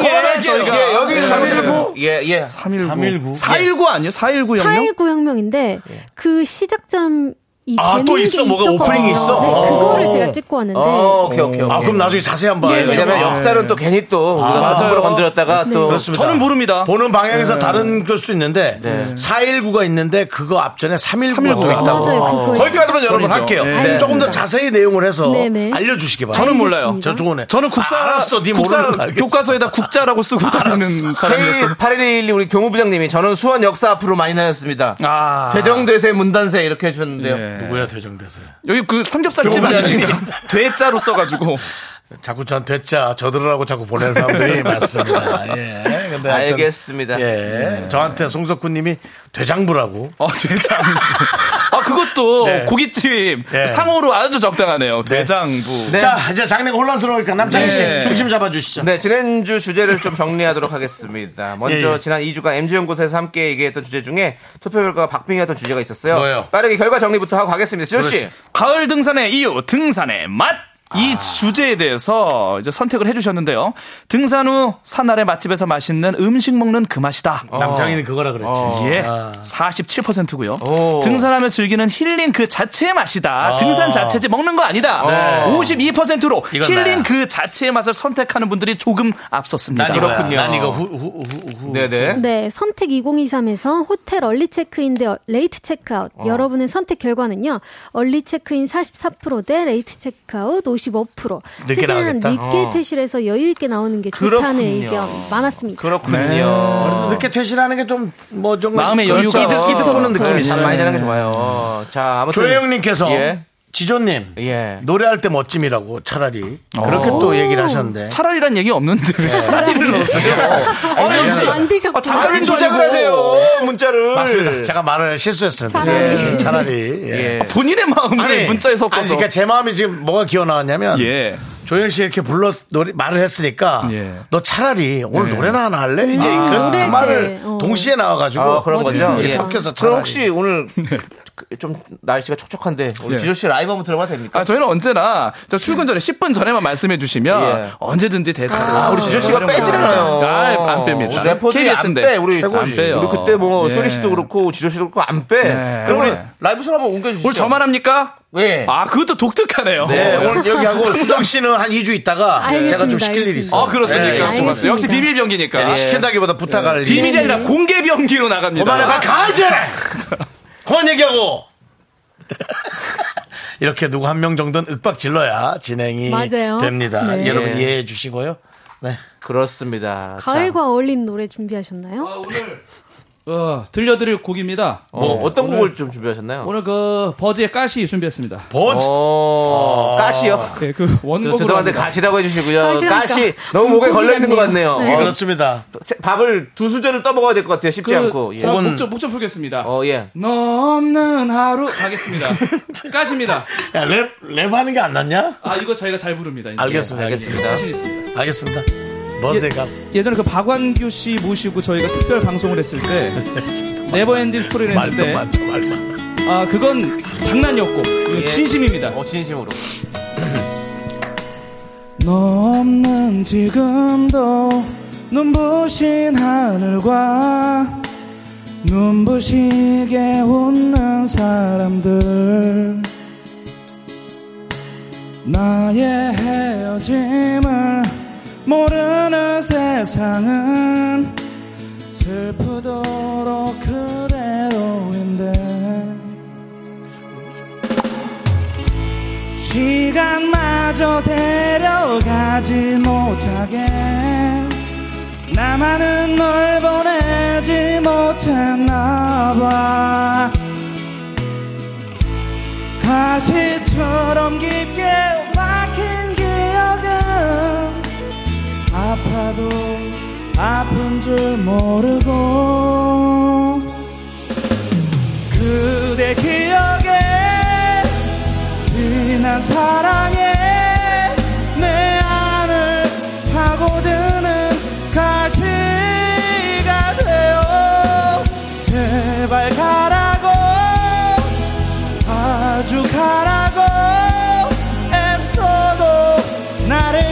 B: 예, 여기서 어,
A: 319?
B: 예예
I: 319. 419 아니에요? 419 영명?
J: 419 혁명인데 그 시작점이
A: 예. 아,
J: 되는
A: 또
J: 게
A: 있어? 뭐가
J: 있었거든요.
A: 오프닝이 있어?
J: 네,
A: 어.
J: 그거를 제가 찍고 왔는데
B: 어, 오케이 오케이
A: 아,
B: 오케이.
A: 그럼 나중에 자세히 한번
I: 네.
A: 봐요.
B: 네, 왜냐면
A: 아,
B: 역사는 또 괜히 또
I: 아,
B: 우리가 함부로 건드렸다가 또
A: 그렇습니다. 네.
I: 저는 모릅니다.
A: 보는 방향에서 다른 걸 수 있는데 419가 있는데 그거 앞전에 319도
I: 아,
A: 있다고.
J: 맞아요, 그거
A: 거기까지만 여러분
I: 전이죠.
A: 할게요.
I: 네.
A: 조금 더
J: 알겠습니다.
A: 자세히 내용을 해서
J: 네, 네.
A: 알려주시기 바랍니다.
I: 저는 몰라요.
A: 저 좋으네.
I: 저는 국사,
A: 아, 알았어, 네 모르는 거
I: 국사
A: 알겠어. 그
I: 교과서에다 국자라고 쓰고 다니는 사람이었어.
B: K8111 우리 교무부장님이 저는 수원 역사 앞으로 많이 다녔습니다
I: 아. 예.
B: 대정대세 문단세 이렇게 해주셨는데요
A: 누구야 대정대세?
I: 여기 그 삼겹살집 아니에요? 돼자로 써가지고.
A: 자꾸 전 됐자 저들으라고 자꾸 보내는 사람들이 많습니다. 예. 근데 하여튼,
B: 알겠습니다.
A: 예. 저한테 송석구님이 돼장부라고.
I: 아, 돼장. 아, 그것도
A: 네.
I: 고깃집
A: 네.
I: 상호로 아주 적당하네요. 돼장부.
B: 네.
A: 자 이제 장르가 혼란스러우니까 남창희 씨
I: 네.
A: 중심 잡아주시죠.
B: 네, 지난주 주제를 좀 정리하도록 하겠습니다. 먼저
A: 예, 예.
B: 지난 2주간 MG연구소에서 함께 얘기했던 주제 중에 투표 결과가 박빙이었던 주제가 있었어요.
A: 뭐예요?
B: 빠르게 결과 정리부터 하고 가겠습니다. 지조씨.
I: 가을 등산의 이유, 등산의 맛.
A: 아.
I: 이 주제에 대해서 이제 선택을 해주셨는데요. 등산 후 산 아래 맛집에서 맛있는 음식 먹는 그 맛이다.
A: 남창희는 그거라 그랬지.
I: 예,
A: 아.
I: 47%고요. 등산하며 즐기는 힐링 그 자체의
A: 아.
I: 맛이다. 등산 자체지 먹는 거 아니다. 52%로
A: 네. 이건
I: 힐링
A: 나야.
I: 그 자체의 맛을 선택하는 분들이 조금 앞섰습니다. 네.
A: 난 이거야.
B: 그렇군요.
A: 난 이거 후, 후, 후, 후, 후.
B: 네네.
J: 네, 선택 2023에서 호텔 얼리 체크인 대 레이트 체크아웃.
A: 어.
J: 여러분의 선택 결과는요. 얼리 체크인 44%대 레이트 체크아웃 55%.
A: 늦게
J: 최대한
A: 나가겠다.
J: 늦게 퇴실해서 여유 있게 나오는 게 좋다는
B: 그렇군요.
J: 의견 많았습니다.
B: 그렇군요.
A: 늦게 퇴실하는 게 좀 뭐 좀
I: 마음의 여유가-
A: 이득 이득 보는
B: 네,
A: 느낌이
B: 참
A: 있어요.
B: 많이 자는 게 좋아요. 자, 아무튼.
A: 조혜영님께서
B: 예.
A: 지조님
B: 예.
A: 노래할 때 멋짐이라고 차라리 그렇게 또 얘기를 하셨는데
I: 차라리란 얘기 없는데 왜 차라리를 넣었어요?
J: 아, 안 드셨구나.
I: 아, 잠깐만요.
B: 조작을 하세요. 문자를.
A: 맞습니다. 제가 말을 실수했습니다.
J: 차라리.
A: 예, 차라리. 예.
B: 예.
I: 본인의 마음을 문자에
A: 아니,
I: 섞어서.
A: 그러니까 제 마음이 지금 뭐가 기어 나왔냐면
I: 예.
A: 조영 씨 이렇게 불러 노래, 말을 했으니까
I: 예.
A: 너 차라리 오늘
I: 예.
A: 노래나 하나 할래? 이제
J: 아,
A: 그, 그
J: 노래할
A: 말을
D: 네.
J: 때, 어.
A: 동시에 나와가지고
B: 아, 그런 거죠.
J: 멋지십니다.
B: 예.
A: 섞여서 차라리.
B: 그럼 혹시 오늘 그- 좀 날씨가 촉촉한데 우리
I: 예.
B: 지조씨 라이브 한번 들어봐도 됩니까?
I: 아, 저희는 언제나 저 출근 전에 10분 전에만 말씀해 주시면
B: 예.
I: 언제든지 대타로.
B: 아, 우리 지조 씨가 빼질 않아요.
I: 아, 안 뺍니다.
B: 우리 래퍼들이 네, 안
I: KBS인데.
B: 빼. 우리
I: 최고지.
B: 안 빼요. 우리 그때 뭐
I: 예.
B: 쇼리 씨도 그렇고 지조 씨도 그렇고 안 빼.
I: 예.
B: 그럼 우리
I: 예.
B: 라이브 소리 한번 옮겨 주시죠.
I: 오늘 저만 합니까?
B: 예.
D: 아, 그것도 독특하네요.
A: 네, 오늘 여기하고 수정 씨는 한 2주 있다가
D: 알겠습니다,
A: 제가 좀 시킬 일이 있어요.
D: 아, 그렇습니까?
A: 예, 예.
J: 네,
D: 알겠습니다. 역시 비밀 병기니까.
A: 예, 시킨다기보다 부탁할 일이
D: 비밀이 아니라 공개 병기로 나갑니다.
A: 네. 그만해봐, 가지! 그만 얘기하고! 이렇게 누구 한 명 정도는 윽박 질러야 진행이
G: 맞아요.
A: 됩니다.
G: 네.
A: 여러분
B: 예.
A: 이해해 주시고요. 네.
B: 그렇습니다.
G: 가을과 어울리는 노래 준비하셨나요?
J: 어, 들려드릴 곡입니다.
B: 뭐,
J: 네,
B: 어떤
J: 오늘-
B: 곡을 좀 준비하셨나요?
J: 오늘 그 버즈의 가시 준비했습니다.
A: 버즈?
B: 어, 가시요?
J: 네, 그 원곡으로
B: 저 죄송한데
J: 합니다.
B: 가시라고 해주시고요.
J: 가시라니까.
B: 가시 너무 목에 걸려 있는 것
J: 고민이네요.
B: 같네요.
J: 네.
B: 어,
A: 그렇습니다.
B: 세- 밥을 두 수저를 떠먹어야 될 것 같아요. 쉽지
J: 그,
B: 않고.
J: 자, 목좀 목좀 풀겠습니다.
B: 어, 예.
J: 너 없는 하루 가겠습니다. 가십니다.
A: 야, 랩, 랩 하는 게 안 낫냐?
J: 아 이거 저희가 잘 부릅니다. 이제.
A: 예, 알겠습니다. 예.
J: 자신 있습니다.
A: 알겠습니다. 버즈에 가서.
J: 예전에 그 박완규 씨 모시고 저희가 특별 방송을 했을 때 네버엔딩 스토리를 했는데
A: 말도 말도
J: 아 그건 장난이었고 이건
B: 예.
J: 진심입니다.
B: 어, 진심으로.
J: 너 없는 지금도 눈부신 하늘과 눈부시게 웃는 사람들 나의 헤어짐을 모르는 세상은 슬프도록 그대로인데 시간마저 데려가지 못하게 나만은 널 보내지 못했나봐 가시처럼 깊게 막힌 기억은 아파도 아픈 줄 모르고 그대 기억에 지난 사랑에 내 안을 파고드는 가시가 되어 제발 가라고 아주 가라고 애써도 나를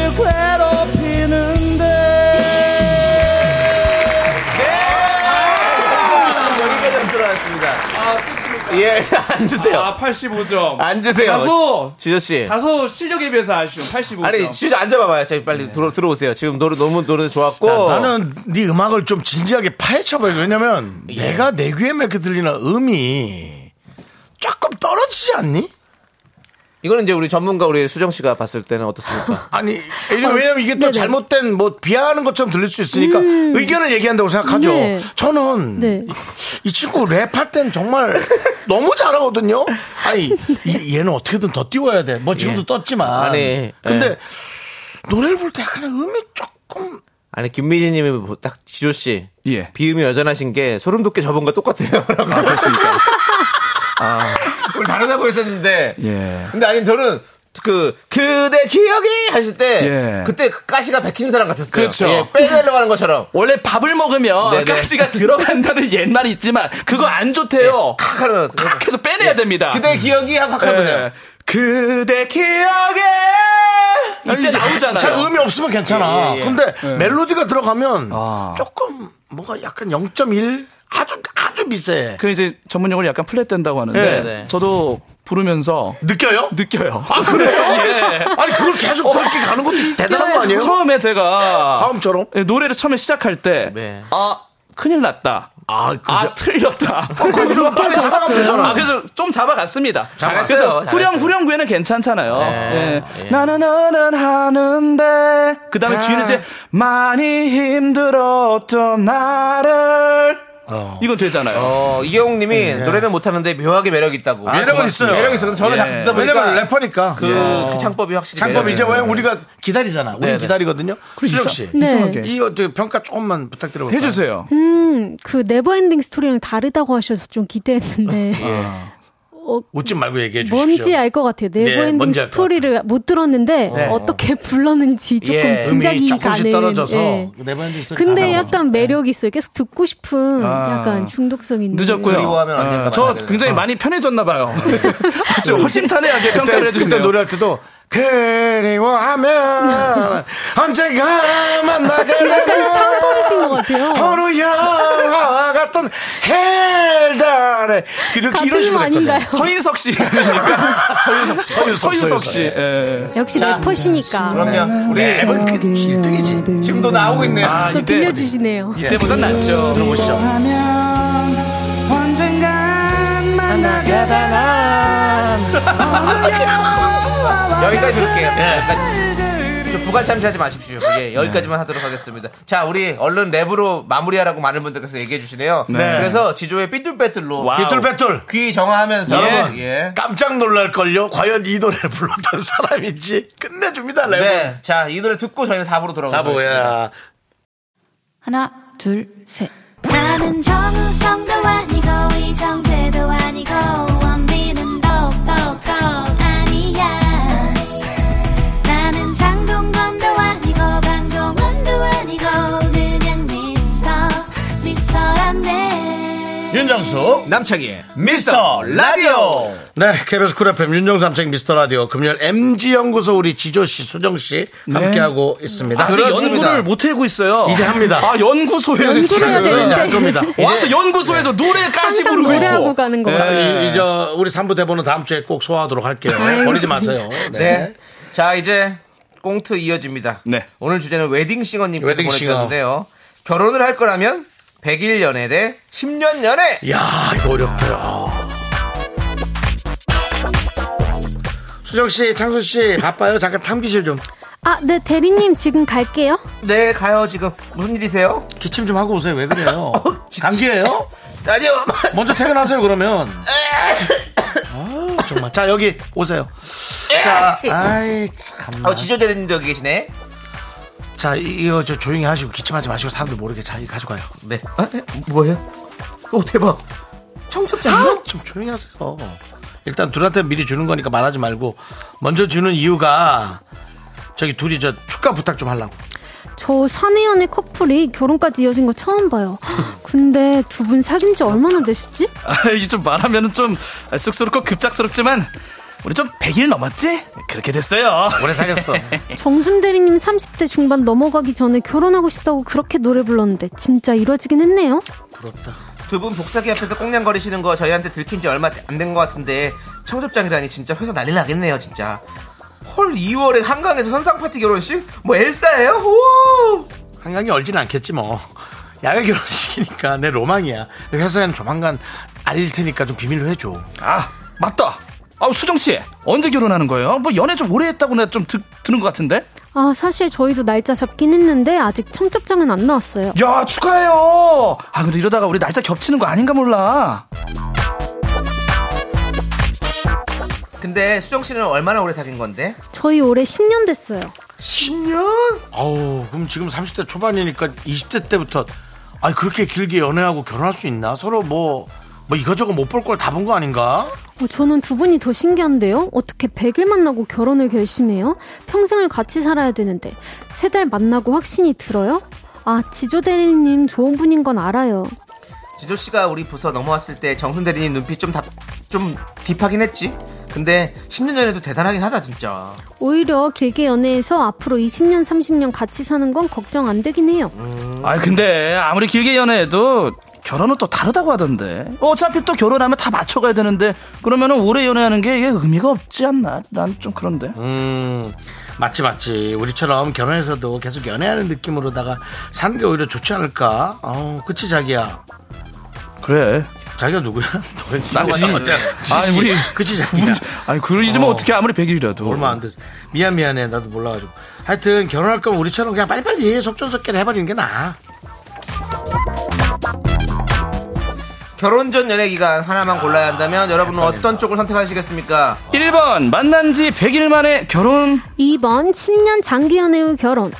J: 괴롭히는데
B: 여기까지 들어왔습니다. 예, 앉으세요.
J: 아 85점
B: 앉으세요.
J: 다소
B: 지저씨.
J: 다소 실력에 비해서 아쉬운 85점 네.
B: 아니, 지저 앉아봐봐요. 자, 빨리 들어, 들어오세요. 지금 노래 너무 노래 좋았고.
A: 야, 나는 네 음악을 좀 진지하게 파헤쳐봐요. 왜냐면 내가 내 귀에 맺게 들리는 음이 조금 떨어지지 않니?
B: 이거는 이제 우리 전문가 우리 수정 씨가 봤을 때는 어떻습니까?
A: 아니, 이게 왜냐면 이게
G: 네,
A: 또 잘못된 뭐 비하하는 것처럼 들릴 수 있으니까 의견을 얘기한다고 생각하죠.
G: 음. 네.
A: 저는
G: 네.
A: 이 친구 랩할 땐 정말 너무 잘하거든요. 아니, 이- 얘는 어떻게든 더 띄워야 돼. 뭐 지금도
D: 예.
A: 떴지만.
B: 아니,
A: 근데
B: 예.
A: 노래를 볼 때 약간 음이 조금
B: 아니 김미진 님이 뭐- 딱 지조 씨.
D: 예.
B: 비음이 여전하신 게 소름 돋게 저은거 똑같아요. 라고 하셨으니까. 아. 오늘 다르다고 했었는데.
D: 예.
B: 근데 아니 저는 그 그대 기억이 하실 때
D: 예.
B: 그때 가시가 백힌 사람 같았어요.
D: 그렇죠.
B: 예, 빼내려고 하는 것처럼.
D: 원래 밥을 먹으면
B: 네네.
D: 가시가 들어간다는 옛말이 있지만 그거 안 좋대요.
B: 예, 칵 하는
D: 탁 해서 빼내야 됩니다.
B: 그대 기억이 한번
D: 예.
B: 해보세요.
D: 그대 기억에 이때 나오잖아요.
A: 잘 음이 없으면 괜찮아.
B: 예, 예, 예.
A: 근데 멜로디가 들어가면
D: 아.
A: 조금 뭐가 약간 0.1 아주 아주 미세.
D: 그 이제 전문 용어로 약간 플랫된다고 하는데
A: 네,
B: 네.
D: 저도 부르면서
A: 느껴요? 어.
D: 느껴요.
A: 아 그래요? 아니 그걸 계속 그렇게 가는 것도 대단한 거 아니에요?
D: 처음에 제가
A: 다음처럼?
D: 예, 노래를 처음에 시작할 때
B: 네.
D: 아, 큰일 났다.
A: 아, 그
D: 아, 틀렸다.
A: 거기서 빨리 잡아가면 되잖아.
D: 아, 그래서 좀 잡아갔습니다.
B: 잡았어요,
D: 그래서
B: 잘했어요.
D: 후렴후렴구에는 괜찮잖아요.
B: 네.
D: 예.
B: 예.
D: 나는 너는 하는데. 그 다음에
B: 아.
D: 뒤는 이제 많이 힘들었던 나를. 이건 되잖아요.
B: 어, 이경욱 님이
D: 예.
B: 노래는 못하는데 묘하게 매력
D: 아,
B: 있다고.
A: 매력은 있어요.
B: 매력 있어요. 근데 저는
D: 예.
B: 자꾸 듣다 보니까.
A: 왜냐면 래퍼니까.
B: 그, 그 창법이 확실히.
A: 장법
B: 매력이
A: 이제 왜
B: 있어요.
A: 우리가 기다리잖아. 우리
B: 네네.
A: 기다리거든요. 수정 씨.
G: 네.
D: 이상하게.
A: 이 어떻게 평가 조금만 부탁드려볼까요?
D: 해주세요.
G: 음, 그 네버엔딩 스토리랑 다르다고 하셔서 좀 기대했는데 어,
A: 예. 웃지 말고 얘기해 주십시오.
G: 뭔지 알 것 같아요. 네버엔딩
A: 뭔지 알것
G: 스토리를 못 들었는데
A: 네.
G: 어떻게 불렀는지 조금
B: 예,
G: 짐작이
A: 음이 네. 조금씩
G: 가는.
A: 떨어져서
G: 예.
A: 아, 네버엔딩 스토리
G: 근데
A: 가사가
G: 약간 매력 있어요. 계속 듣고 싶은
D: 아.
G: 약간 중독성 있는.
D: 늦었고요.
B: 그리워하면 안 된다.
D: 어, 저 굉장히 많이 편해졌나 봐요. 아주 허심탄회하게 평가를
A: 네. 그때,
D: 해주시네요.
A: 그때 노래할 때도 그리워하면 언젠가 만나게 되는
J: 약간 창법이신 것 같아요.
A: 어느 영화 같은 헬달에 이렇게
J: 같은
A: 이런 식으로
J: 거 아닌가요?
A: 했거든요. 서인석 씨 서인석 씨
I: 서윤석 씨. 예.
J: 역시 래퍼시니까.
B: 아, 그럼요. 우리 앱은 그 1등이지. 지금도 나오고 있네요.
J: 또 들려주시네요.
I: 이때보단
A: 예.
I: 낫죠.
B: 들어보시죠.
G: 언젠간 만나게 되나
B: 여기까지 들을게요. 여기까지. 저 부가 참시하지 마십시오. 예, 여기까지만 하도록 하겠습니다. 자, 우리 얼른 랩으로 마무리하라고 많은 분들께서 얘기해 주시네요.
A: 네.
B: 그래서 지조의 삐뚤빼뚤로
A: 와우. 삐뚤빼뚤.
B: 귀 정화하면서
A: 여러분
B: 예.
A: 깜짝 놀랄걸요. 과연 이 노래를 불렀던 사람인지 끝내줍니다. 레몬.
B: 네. 자, 이 노래 듣고 저희는 4부로 돌아가겠습니다.
A: 사부야.
K: 하나, 둘, 셋.
F: 나는 정우성도 아니고 이정재도 아니고 원빈은 더욱더 아니야 나는 장동건도 아니고 강동원도 아니고 그냥 미스터 미스터란데
A: 윤정수
B: 네. 남창희의 미스터 라디오
A: 네 KBS 쿨 FM 윤정수 남창 미스터 라디오 금요일 MG 연구소 우리 지조 씨 수정 씨 함께하고 있습니다.
I: 네. 아직 연구를 못 해고 있어요.
A: 이제 합니다.
I: 아, 연구소에
J: 연구를 해야
A: 연구소에 이제
J: 되는데. 네.
A: 할 겁니다.
I: 와서 연구소에서 노래까지
J: 항상
I: 부르고
J: 노래하고
I: 있고.
J: 가는 거.
A: 이, 이, 저, 우리 3부 대본은 다음 주에 꼭 소화하도록 할게요. 버리지 마세요.
B: 네. 자, 이제 꽁트 이어집니다. 오늘 주제는 웨딩싱어님께서
A: 웨딩싱어.
B: 보내주셨는데요. 결혼을 할 거라면 100일 연애 대 10년 연애.
A: 이야, 이거 어렵다. 수정 씨, 창수 씨, 바빠요. 잠깐 탐기실 좀.
J: 아, 네, 대리님 지금 갈게요.
B: 네, 가요 지금. 무슨 일이세요?
A: 기침 좀 하고 오세요. 왜 그래요?
I: 어,
A: 감기예요?
B: 어? 아니요.
A: 먼저 퇴근하세요 그러면. 아, 정말. 자, 여기 오세요. 자, 아이 참.
B: 어, 지조대리님도 여기 계시네.
A: 자, 이거 저 조용히 하시고 기침하지 마시고 사람들 모르게 잘 가져가요.
B: 네. 뭐예요? 오, 대박. 청첩장이요?
A: 아, 좀 조용히 하세요. 일단 둘한테 미리 주는 거니까 말하지 말고 먼저 주는 이유가 저기 둘이 저 축가 부탁 좀 하려고.
J: 저 사내연애 커플이 결혼까지 이어진 거 처음 봐요. 근데 두 분 사귄 지 얼마나 되셨지?
I: 아, 이게 좀 말하면 좀 쑥스럽고 급작스럽지만 우리 좀 100일 넘었지? 그렇게 됐어요.
A: 오래 사귀었어.
J: 정순 대리님 30대 중반 넘어가기 전에 결혼하고 싶다고 그렇게 노래 불렀는데 진짜 이루어지긴 했네요.
B: 두 분 복사기 앞에서 꽁냥거리시는 거 저희한테 들킨 지 얼마 안 된 것 같은데 청첩장이라니 진짜 회사 난리 나겠네요 진짜 헐 2월에 한강에서 선상 파티 결혼식? 뭐 엘사예요? 우와
A: 한강이 얼진 않겠지 뭐. 야외 결혼식이니까 내 로망이야. 회사에는 조만간 알릴 테니까 좀 비밀로 해줘.
I: 아, 맞다. 아우 수정 씨 언제 결혼하는 거예요? 뭐 연애 좀 오래 했다고 내가 좀 드, 들은 것 같은데?
J: 아, 사실 저희도 날짜 잡긴 했는데 아직 청첩장은 안 나왔어요.
I: 야 축하해요. 아 근데 이러다가 우리 날짜 겹치는 거 아닌가 몰라.
B: 근데 수정씨는 얼마나 오래 사귄 건데?
J: 저희 올해 10년 됐어요.
B: 10년?
A: 아우 그럼 지금 30대 초반이니까 20대 때부터 아니 그렇게 길게 연애하고 결혼할 수 있나? 서로 뭐, 뭐 이거저거 못 볼 걸 다 본 거 아닌가?
J: 어, 저는 두 분이 더 신기한데요. 어떻게 100일 만나고 결혼을 결심해요? 평생을 같이 살아야 되는데 세 달 만나고 확신이 들어요? 아, 지조 대리님 좋은 분인 건 알아요.
B: 지조씨가 우리 부서 넘어왔을 때 정순 대리님 눈빛 좀, 답, 좀 딥하긴 했지 근데 10년 전에도 대단하긴 하다 진짜
J: 오히려 길게 연애해서 앞으로 20년, 30년 같이 사는 건 걱정 안 되긴 해요.
I: 아 근데 아무리 길게 연애해도 결혼은 또 다르다고 하던데. 어차피 또 결혼하면 다 맞춰가야 되는데 그러면은 오래 연애하는 게 이게 의미가 없지 않나? 난 좀 그런데.
A: 음 맞지 맞지 우리처럼 결혼해서도 계속 연애하는 느낌으로다가 사는 게 오히려 좋지 않을까? 어 그치 자기야
I: 그래.
A: 자기가 누구야? 너는
I: 나지.
A: 누구야?
B: 네.
I: 아니, 우리
A: 그치 자기야
I: 아니 그러지면
A: 어.
I: 어. 떻게 아무리 100일이라도.
A: 얼마 안 됐어 미안 미안해 나도 몰라가지고 하여튼 결혼할 거면 우리처럼 그냥 빨리빨리 속전속결 해버리는 게 나아
B: 결혼 전 연애 기간 하나만 골라야 한다면 여러분은
A: 아,
B: 어떤 쪽을 선택하시겠습니까?
I: 1번 만난 지 100일 만에 결혼
J: 2번 10년 장기 연애 후 결혼.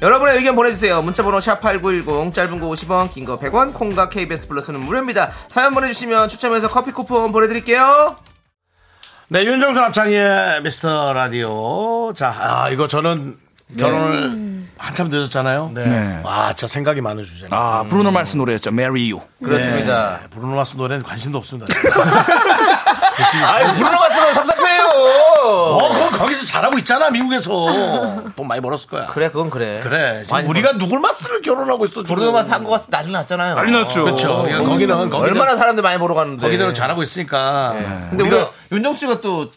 B: 여러분의 의견 보내주세요. 문자번호 샵8910 짧은 거 50원 긴 거 100원 콩과 KBS 플러스는 무료입니다. 사연 보내주시면 추첨해서 커피 쿠폰 보내드릴게요.
A: 네 윤정수 남창희의 미스터 라디오 자 아, 이거 저는 결혼을
B: 네.
A: 한참 늦었잖아요
I: 네.
A: 와 진짜 생각이 많은 주제네
I: 아 브루노 마스 노래였죠 Marry You
B: 그렇습니다.
A: 네, 브루노 마스 노래는 관심도 없습니다
B: 아이 불러갔으면 섭섭해요.
A: 어, 그거 거기서 잘하고 있잖아, 미국에서. 돈 많이 벌었을 거야.
B: 그래, 그건 그래.
A: 그래. 지금 우리가 누굴 맞으를 결혼하고 있어, 지금.
B: 보르마 산거 같서 난리 났잖아요.
A: 난리 났죠. 그쵸. 그러니까 거기는- 거기는-
B: 얼마나 사람들 많이 보러 가는데. 네.
A: 거기대로 잘하고 있으니까.
B: 근데 우리가 윤정수 씨가 또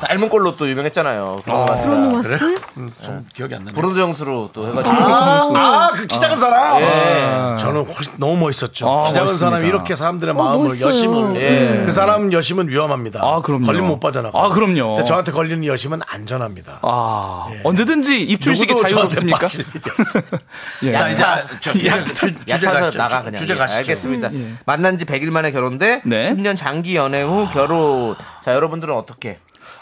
B: 닮은 걸로 또 유명했잖아요.
A: 브루노 마스? 그래? 음, 좀 기억이 안 나네.
B: 브루노 정수로 또 해가지고.
A: 아, 아, 그 키 작은 사람?
B: 예.
A: 예. 저는 훨씬 너무 멋있었죠.
B: 아,
A: 키 작은
B: 멋있습니다.
A: 사람이 이렇게 사람들의
B: 어,
A: 마음을,
B: 멋있어요.
A: 여심을.
B: 예.
A: 그 사람 여심은 위험합니다. 아, 그럼요. 걸리면 못 빠져나가.
I: 아, 그럼요.
A: 근데 저한테 걸리는 여심은 안전합니다.
I: 아, 언제든지 입출식에
A: 누구도
I: 자유가
A: 저한테
I: 없습니까?
A: 빠질 일이 없어요. 자, 이제 저 주제,
B: 약-
A: 주- 주제
B: 약해서
A: 가시죠.
B: 나가 그냥.
A: 주제
B: 예,
A: 가시죠.
B: 알겠습니다.
A: 음, 예. 네.
B: 만난 지 100일 만에 결혼인데 10년 장기 연애 후 결혼. 자, 여러분들은 어떻게?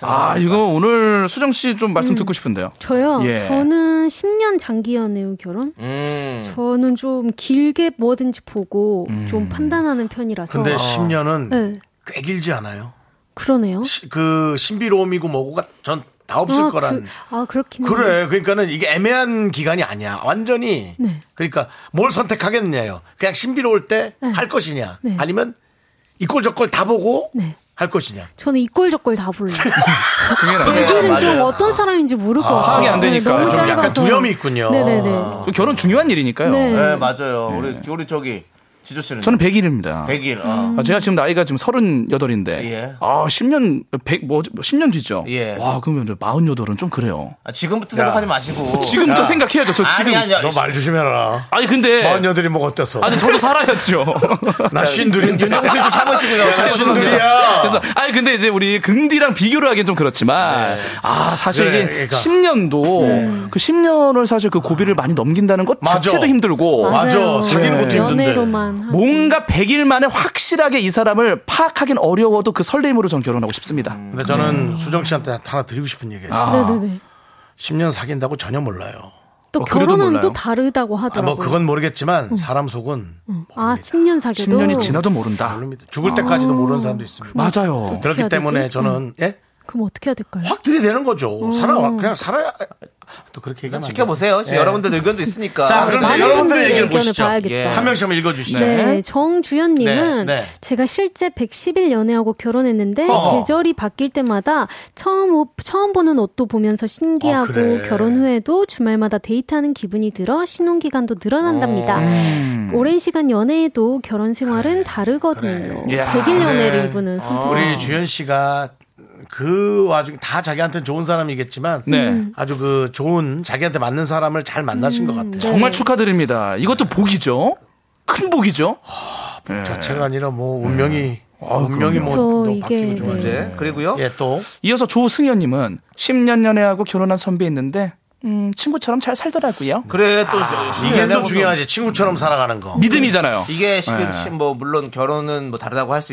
I: 아, 이거 오늘 수정 씨 좀 말씀
J: 음.
I: 듣고 싶은데요.
J: 저요.
I: 예.
J: 저는 10년 장기 연애요 결혼. 저는 좀 길게 뭐든지 보고 좀 판단하는 편이라서.
A: 근데 10년은
J: 어. 네,
A: 꽤 길지 않아요.
J: 그러네요.
A: 시- 그 신비로움이고 뭐고가 전 다 없을
J: 아,
A: 거란.
J: 그, 아 그렇긴.
A: 그,
J: 한데.
A: 래 그러니까는 이게 애매한 기간이 아니야. 완전히.
J: 네.
A: 그러니까 뭘 선택하겠느냐요. 그냥 신비로울 때 할 것이냐.
J: 네.
A: 아니면 이꼴 저꼴 다 보고 할 것이냐.
J: 저는 이꼴 저꼴 다 볼래요.
A: 그게
J: 내 길은 좀 어떤 사람인지 모를 것 같아요.
I: 파악이 안 되니까.
J: 너무 짧아서. 네네네.
A: 아,
I: 결혼 중요한 일이니까요.
J: 네.
A: 음.
J: 네,
B: 맞아요. 우리 우리 저기 지조 씨는
I: 저는 100일입니다. 아,
B: 100일,
A: 음.
B: 어.
I: 제가 지금 나이가 지금 38인데.
J: 예.
I: 아, 10년 100 뭐, 10년 뒤죠.
B: 예.
I: 와, 그러면 48은 좀 그래요.
B: 아, 지금부터
I: 야.
B: 생각하지 마시고.
I: 지금부터 생각해야죠. 저 지금.
A: 너 말 조심해라.
I: 아니 근데
A: 마흔 여들이 뭐 어때서?
I: 아니 저도 살아야죠.
A: 나 쉰둘인데.
B: 윤정수 씨도 참으시고요.
I: 예,
B: 참으시고요.
I: 죄송합니다. 그래서 아니 근데 이제 우리 긍디랑 비교를 하기엔 좀 그렇지만 아 사실
A: 네. 그래,
I: 이게
A: 그러니까.
I: 10년도
A: 네.
I: 그 10년을 사실 그 고비를 많이 넘긴다는 것
A: 맞아.
I: 자체도 힘들고
A: 맞아. 맞아요. 사귀는 것도 힘든데. 연애로만
I: 뭔가 100일 만에 확실하게 이 사람을 파악하긴 어려워도 그 설레임으로 전 결혼하고 싶습니다.
A: 근데 저는 수정 씨한테 하나 드리고 싶은 얘기가 있어요.
J: 아. 네네네.
A: 10년 사귄다고 전혀 몰라요.
J: 또 결혼하면 또 다르다고
A: 아,
J: 하더라고요. 음.
A: 뭐 그건 모르겠지만 사람 속은
J: 응. 아, 10년 사귀도
I: 모른다.
A: 죽을
J: 아.
A: 때까지도 모르는 사람도 있습니다.
J: 그럼 맞아요. 어떻게
A: 그렇기
J: 해야
A: 때문에
J: 되지? 음.
A: 저는 예?
J: 그럼 어떻게 해야 될까요?
A: 확 들이대는 거죠.
J: 음.
A: 살아 그냥 살아야 또 그렇게 얘기하면 안
B: 지켜보세요.
A: 되죠. 예.
B: 여러분들 의견도 있으니까.
A: 자, 그럼 이제
J: 많은
A: 여러분들의
J: 분들의
A: 얘기를
J: 의견을
A: 보시죠.
J: 봐야겠다.
A: 예. 한 명씩 한번 읽어주시죠.
J: 네, 정주연님은
A: 네, 네.
J: 제가 실제 110일 연애하고 결혼했는데
A: 어.
J: 계절이 바뀔 때마다 처음 옷, 처음 보는 옷도 보면서 신기하고
A: 아, 그래.
J: 결혼 후에도 주말마다 데이트하는 기분이 들어 신혼 기간도 늘어난답니다.
A: 음.
J: 오랜 시간 연애에도 결혼 생활은 다르거든요.
A: 야.
J: 100일 연애를
A: 네.
J: 이분은
A: 아.
J: 선택.
I: 어.
A: 우리 주현 씨가 그 와중에 다 자기한테는 좋은 사람이겠지만
I: 네.
A: 아주 그 좋은 자기한테 맞는 사람을 잘 만나신
J: 음.
A: 것 같아요.
I: 정말 축하드립니다. 이것도 복이죠. 큰 복이죠. 예.
A: 자체가 아니라 뭐 운명이 운명이 뭐
J: 그럼요.
A: 너무
J: 그렇죠,
A: 바뀌고
J: 이게,
A: 좋아요.
B: 네. 그리고요.
A: 예, 또
I: 아, 이어서 조승현님은 10년 연애하고 결혼한 선배 있는데 음, 친구처럼 잘 살더라고요.
B: 그래 또
A: 아,
I: 아,
A: 이게 또 중요하지. 친구처럼 살아가는 거.
I: 네. 믿음이잖아요.
B: 이게 시-
I: 네.
B: 시- 뭐 물론 결혼은 뭐 다르다고 할 수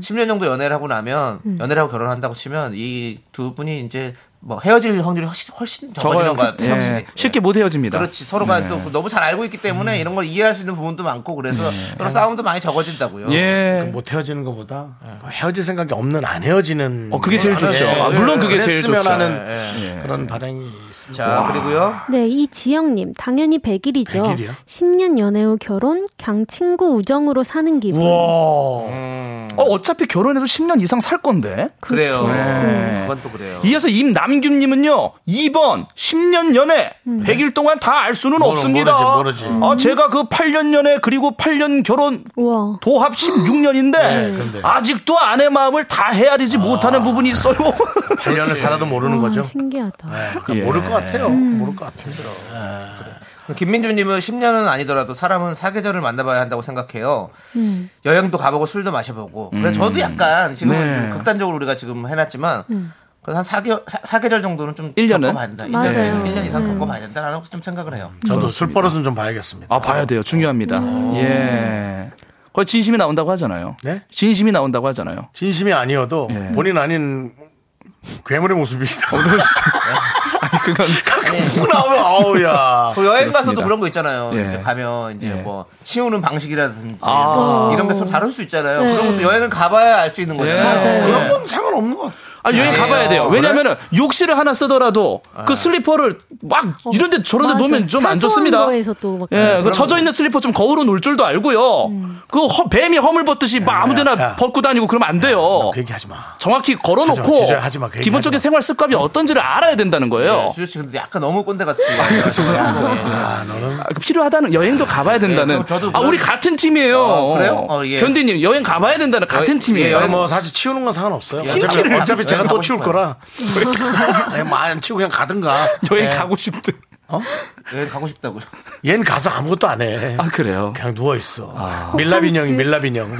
I: 네.
B: 10년 정도 연애를 하고 나면
I: 음.
B: 연애를 하고 결혼한다고 치면 이 두 분이 이제 뭐 헤어질 확률이 훨씬, 훨씬
I: 적어요.
B: 적어지는 것 같아요.
I: 예.
B: 확실히.
I: 쉽게 못 헤어집니다.
B: 그렇지 서로가
I: 네. 음.
B: 또 너무 잘 알고 있기 때문에 이런 걸 이해할 수 있는 부분도 많고 그래서
I: 네.
B: 서로 싸움도 많이 적어진다고요.
I: 예,
A: 그못 헤어지는 것보다 뭐 헤어질 생각이 없는 안 헤어지는.
I: 어, 그게 제일
A: 안
I: 좋죠.
B: 네.
A: 헤어지는
I: 아, 물론 그게 제일
A: 그랬으면
I: 좋죠.
A: 하는
I: 예.
A: 그런 바람이 있습니다.
B: 자 그리고요.
J: 네, 이지영님 당연히 100일이죠.
A: 100일이요?
J: 10년 연애 후 결혼, 강 친구 우정으로 사는 기분.
A: 음.
I: 어, 어차피 결혼해도 10년 이상 살 건데.
B: 그래요.
I: 네.
B: 그건 또 그래요.
I: 이어서 임남균님은요, 2번, 10년 연애, 100일 동안 다 알 수는
A: 모르-
I: 없습니다.
A: 모르지, 모르지.
I: 아, 제가 그 8년 연애, 그리고 8년 결혼, 도합 16년인데,
A: 네, 근데.
I: 아직도 아내 마음을 다 헤아리지 못하는 부분이 있어요.
A: 8년을 살아도 모르는 거죠.
J: 신기하다. 음.
A: 그러니까 모를 것 같아요. 모를 것 같아요.
B: 김민주님은 10년은 아니더라도 사람은 사계절을 만나봐야 한다고 생각해요.
G: 음.
B: 여행도 가보고 술도 마셔보고. 그래
G: 음.
B: 저도 약간 지금
G: 네.
B: 은 극단적으로 우리가 지금 해놨지만
I: 음.
B: 그래서 한 4개월, 4계절 정도는 좀
I: 1년은?
B: 겪어봐야 된다.
I: 맞아요. 음.
B: 1년, 년 이상 겪어봐야 된다라는 것좀 생각을 해요.
A: 저도 술 버릇은 좀 봐야겠습니다.
I: 아, 봐야 돼요. 중요합니다. 예. 거의 진심이 나온다고 하잖아요.
A: 네?
I: 진심이 나온다고 하잖아요.
A: 진심이 아니어도
I: 예.
A: 본인 아닌 괴물의 모습이다.
I: 그건
A: 뭐 나오면 아우야.
B: 그리고 여행 가서도
A: 그렇습니다.
B: 그런 거 있잖아요.
A: 예.
B: 이제 가면 이제
A: 예.
B: 뭐 치우는 방식이라든지
I: 아.
B: 이런 게 좀 다를 수 있잖아요.
I: 네.
B: 그런 것도 여행을 가봐야 알 수 있는 거잖아요.
I: 예. 맞아요.
B: 그런
A: 상관없는 것 같아요.
I: 아, 여행
L: 그래요?
I: 가봐야 돼요.
L: 그래?
I: 왜냐면은 욕실을 하나 쓰더라도 그 슬리퍼를 막 이런 데 저런 데
J: 어, 맞아.
I: 놓으면 좀 안
J: 사소한
I: 좋습니다.
J: 거에서 또 막- 음.
I: 예, 그 젖어 있는 슬리퍼 좀 거울은 올 줄도 알고요. 그 허- 뱀이 허물 벗듯이 막 아무데나 벗고 다니고 그러면 안 돼요. 그
A: 어, 얘기하지 마.
I: 정확히 걸어놓고
A: 아, 하지 마, 지조야, 하지 마, 그 얘기
I: 기본적인 생활 습관이 어떤지를 알아야 된다는 거예요.
B: 주주 씨 근데 약간 너무 꼰대 같이.
I: 죄송합니다. 아, 그 필요하다는 여행도 가봐야 된다는.
B: 그럼 저도
I: 아
B: 그런-
I: 우리 같은 팀이에요.
B: 어, 그래요? 어, 예.
I: 견디님 여행 가봐야 된다는 같은 팀이에요.
A: 아니, 뭐 사실 치우는 건 상관없어요. 어차피,
I: 팀키를
A: 어차피 제가
I: 여행
A: 또
I: 가고
A: 치울
I: 싶어요.
A: 거라. 아니, 뭐안 치우고 그냥 가든가.
I: 여행
A: 예.
I: 가고 싶든.
A: 어?
B: 예, 여행 가고 싶다고요.
A: 얜 가서 아무것도 안 해.
I: 아 그래요? 아.
A: 그냥 누워 있어. 밀라빈형이 밀라빈형.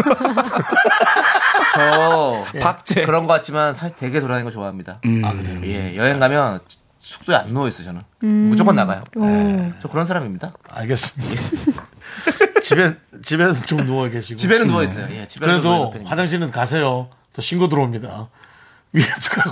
B: 저
A: 네.
I: 박제
B: 그런 것 같지만 사실 되게 돌아다니는 거 좋아합니다. 아 그래요? 예 여행 가면 숙소에 안 누워 있어 저는
A: 음.
B: 무조건 나가요.
A: 오.
B: 예, 저 그런 사람입니다.
A: 알겠습니다. 집에 집에는 좀 누워 계시고.
B: 집에는 누워 있어요. 예, 집에는 누워 있는
A: 그래도
B: 편입니다.
A: 화장실은 가세요. 또 신고 들어옵니다. 위에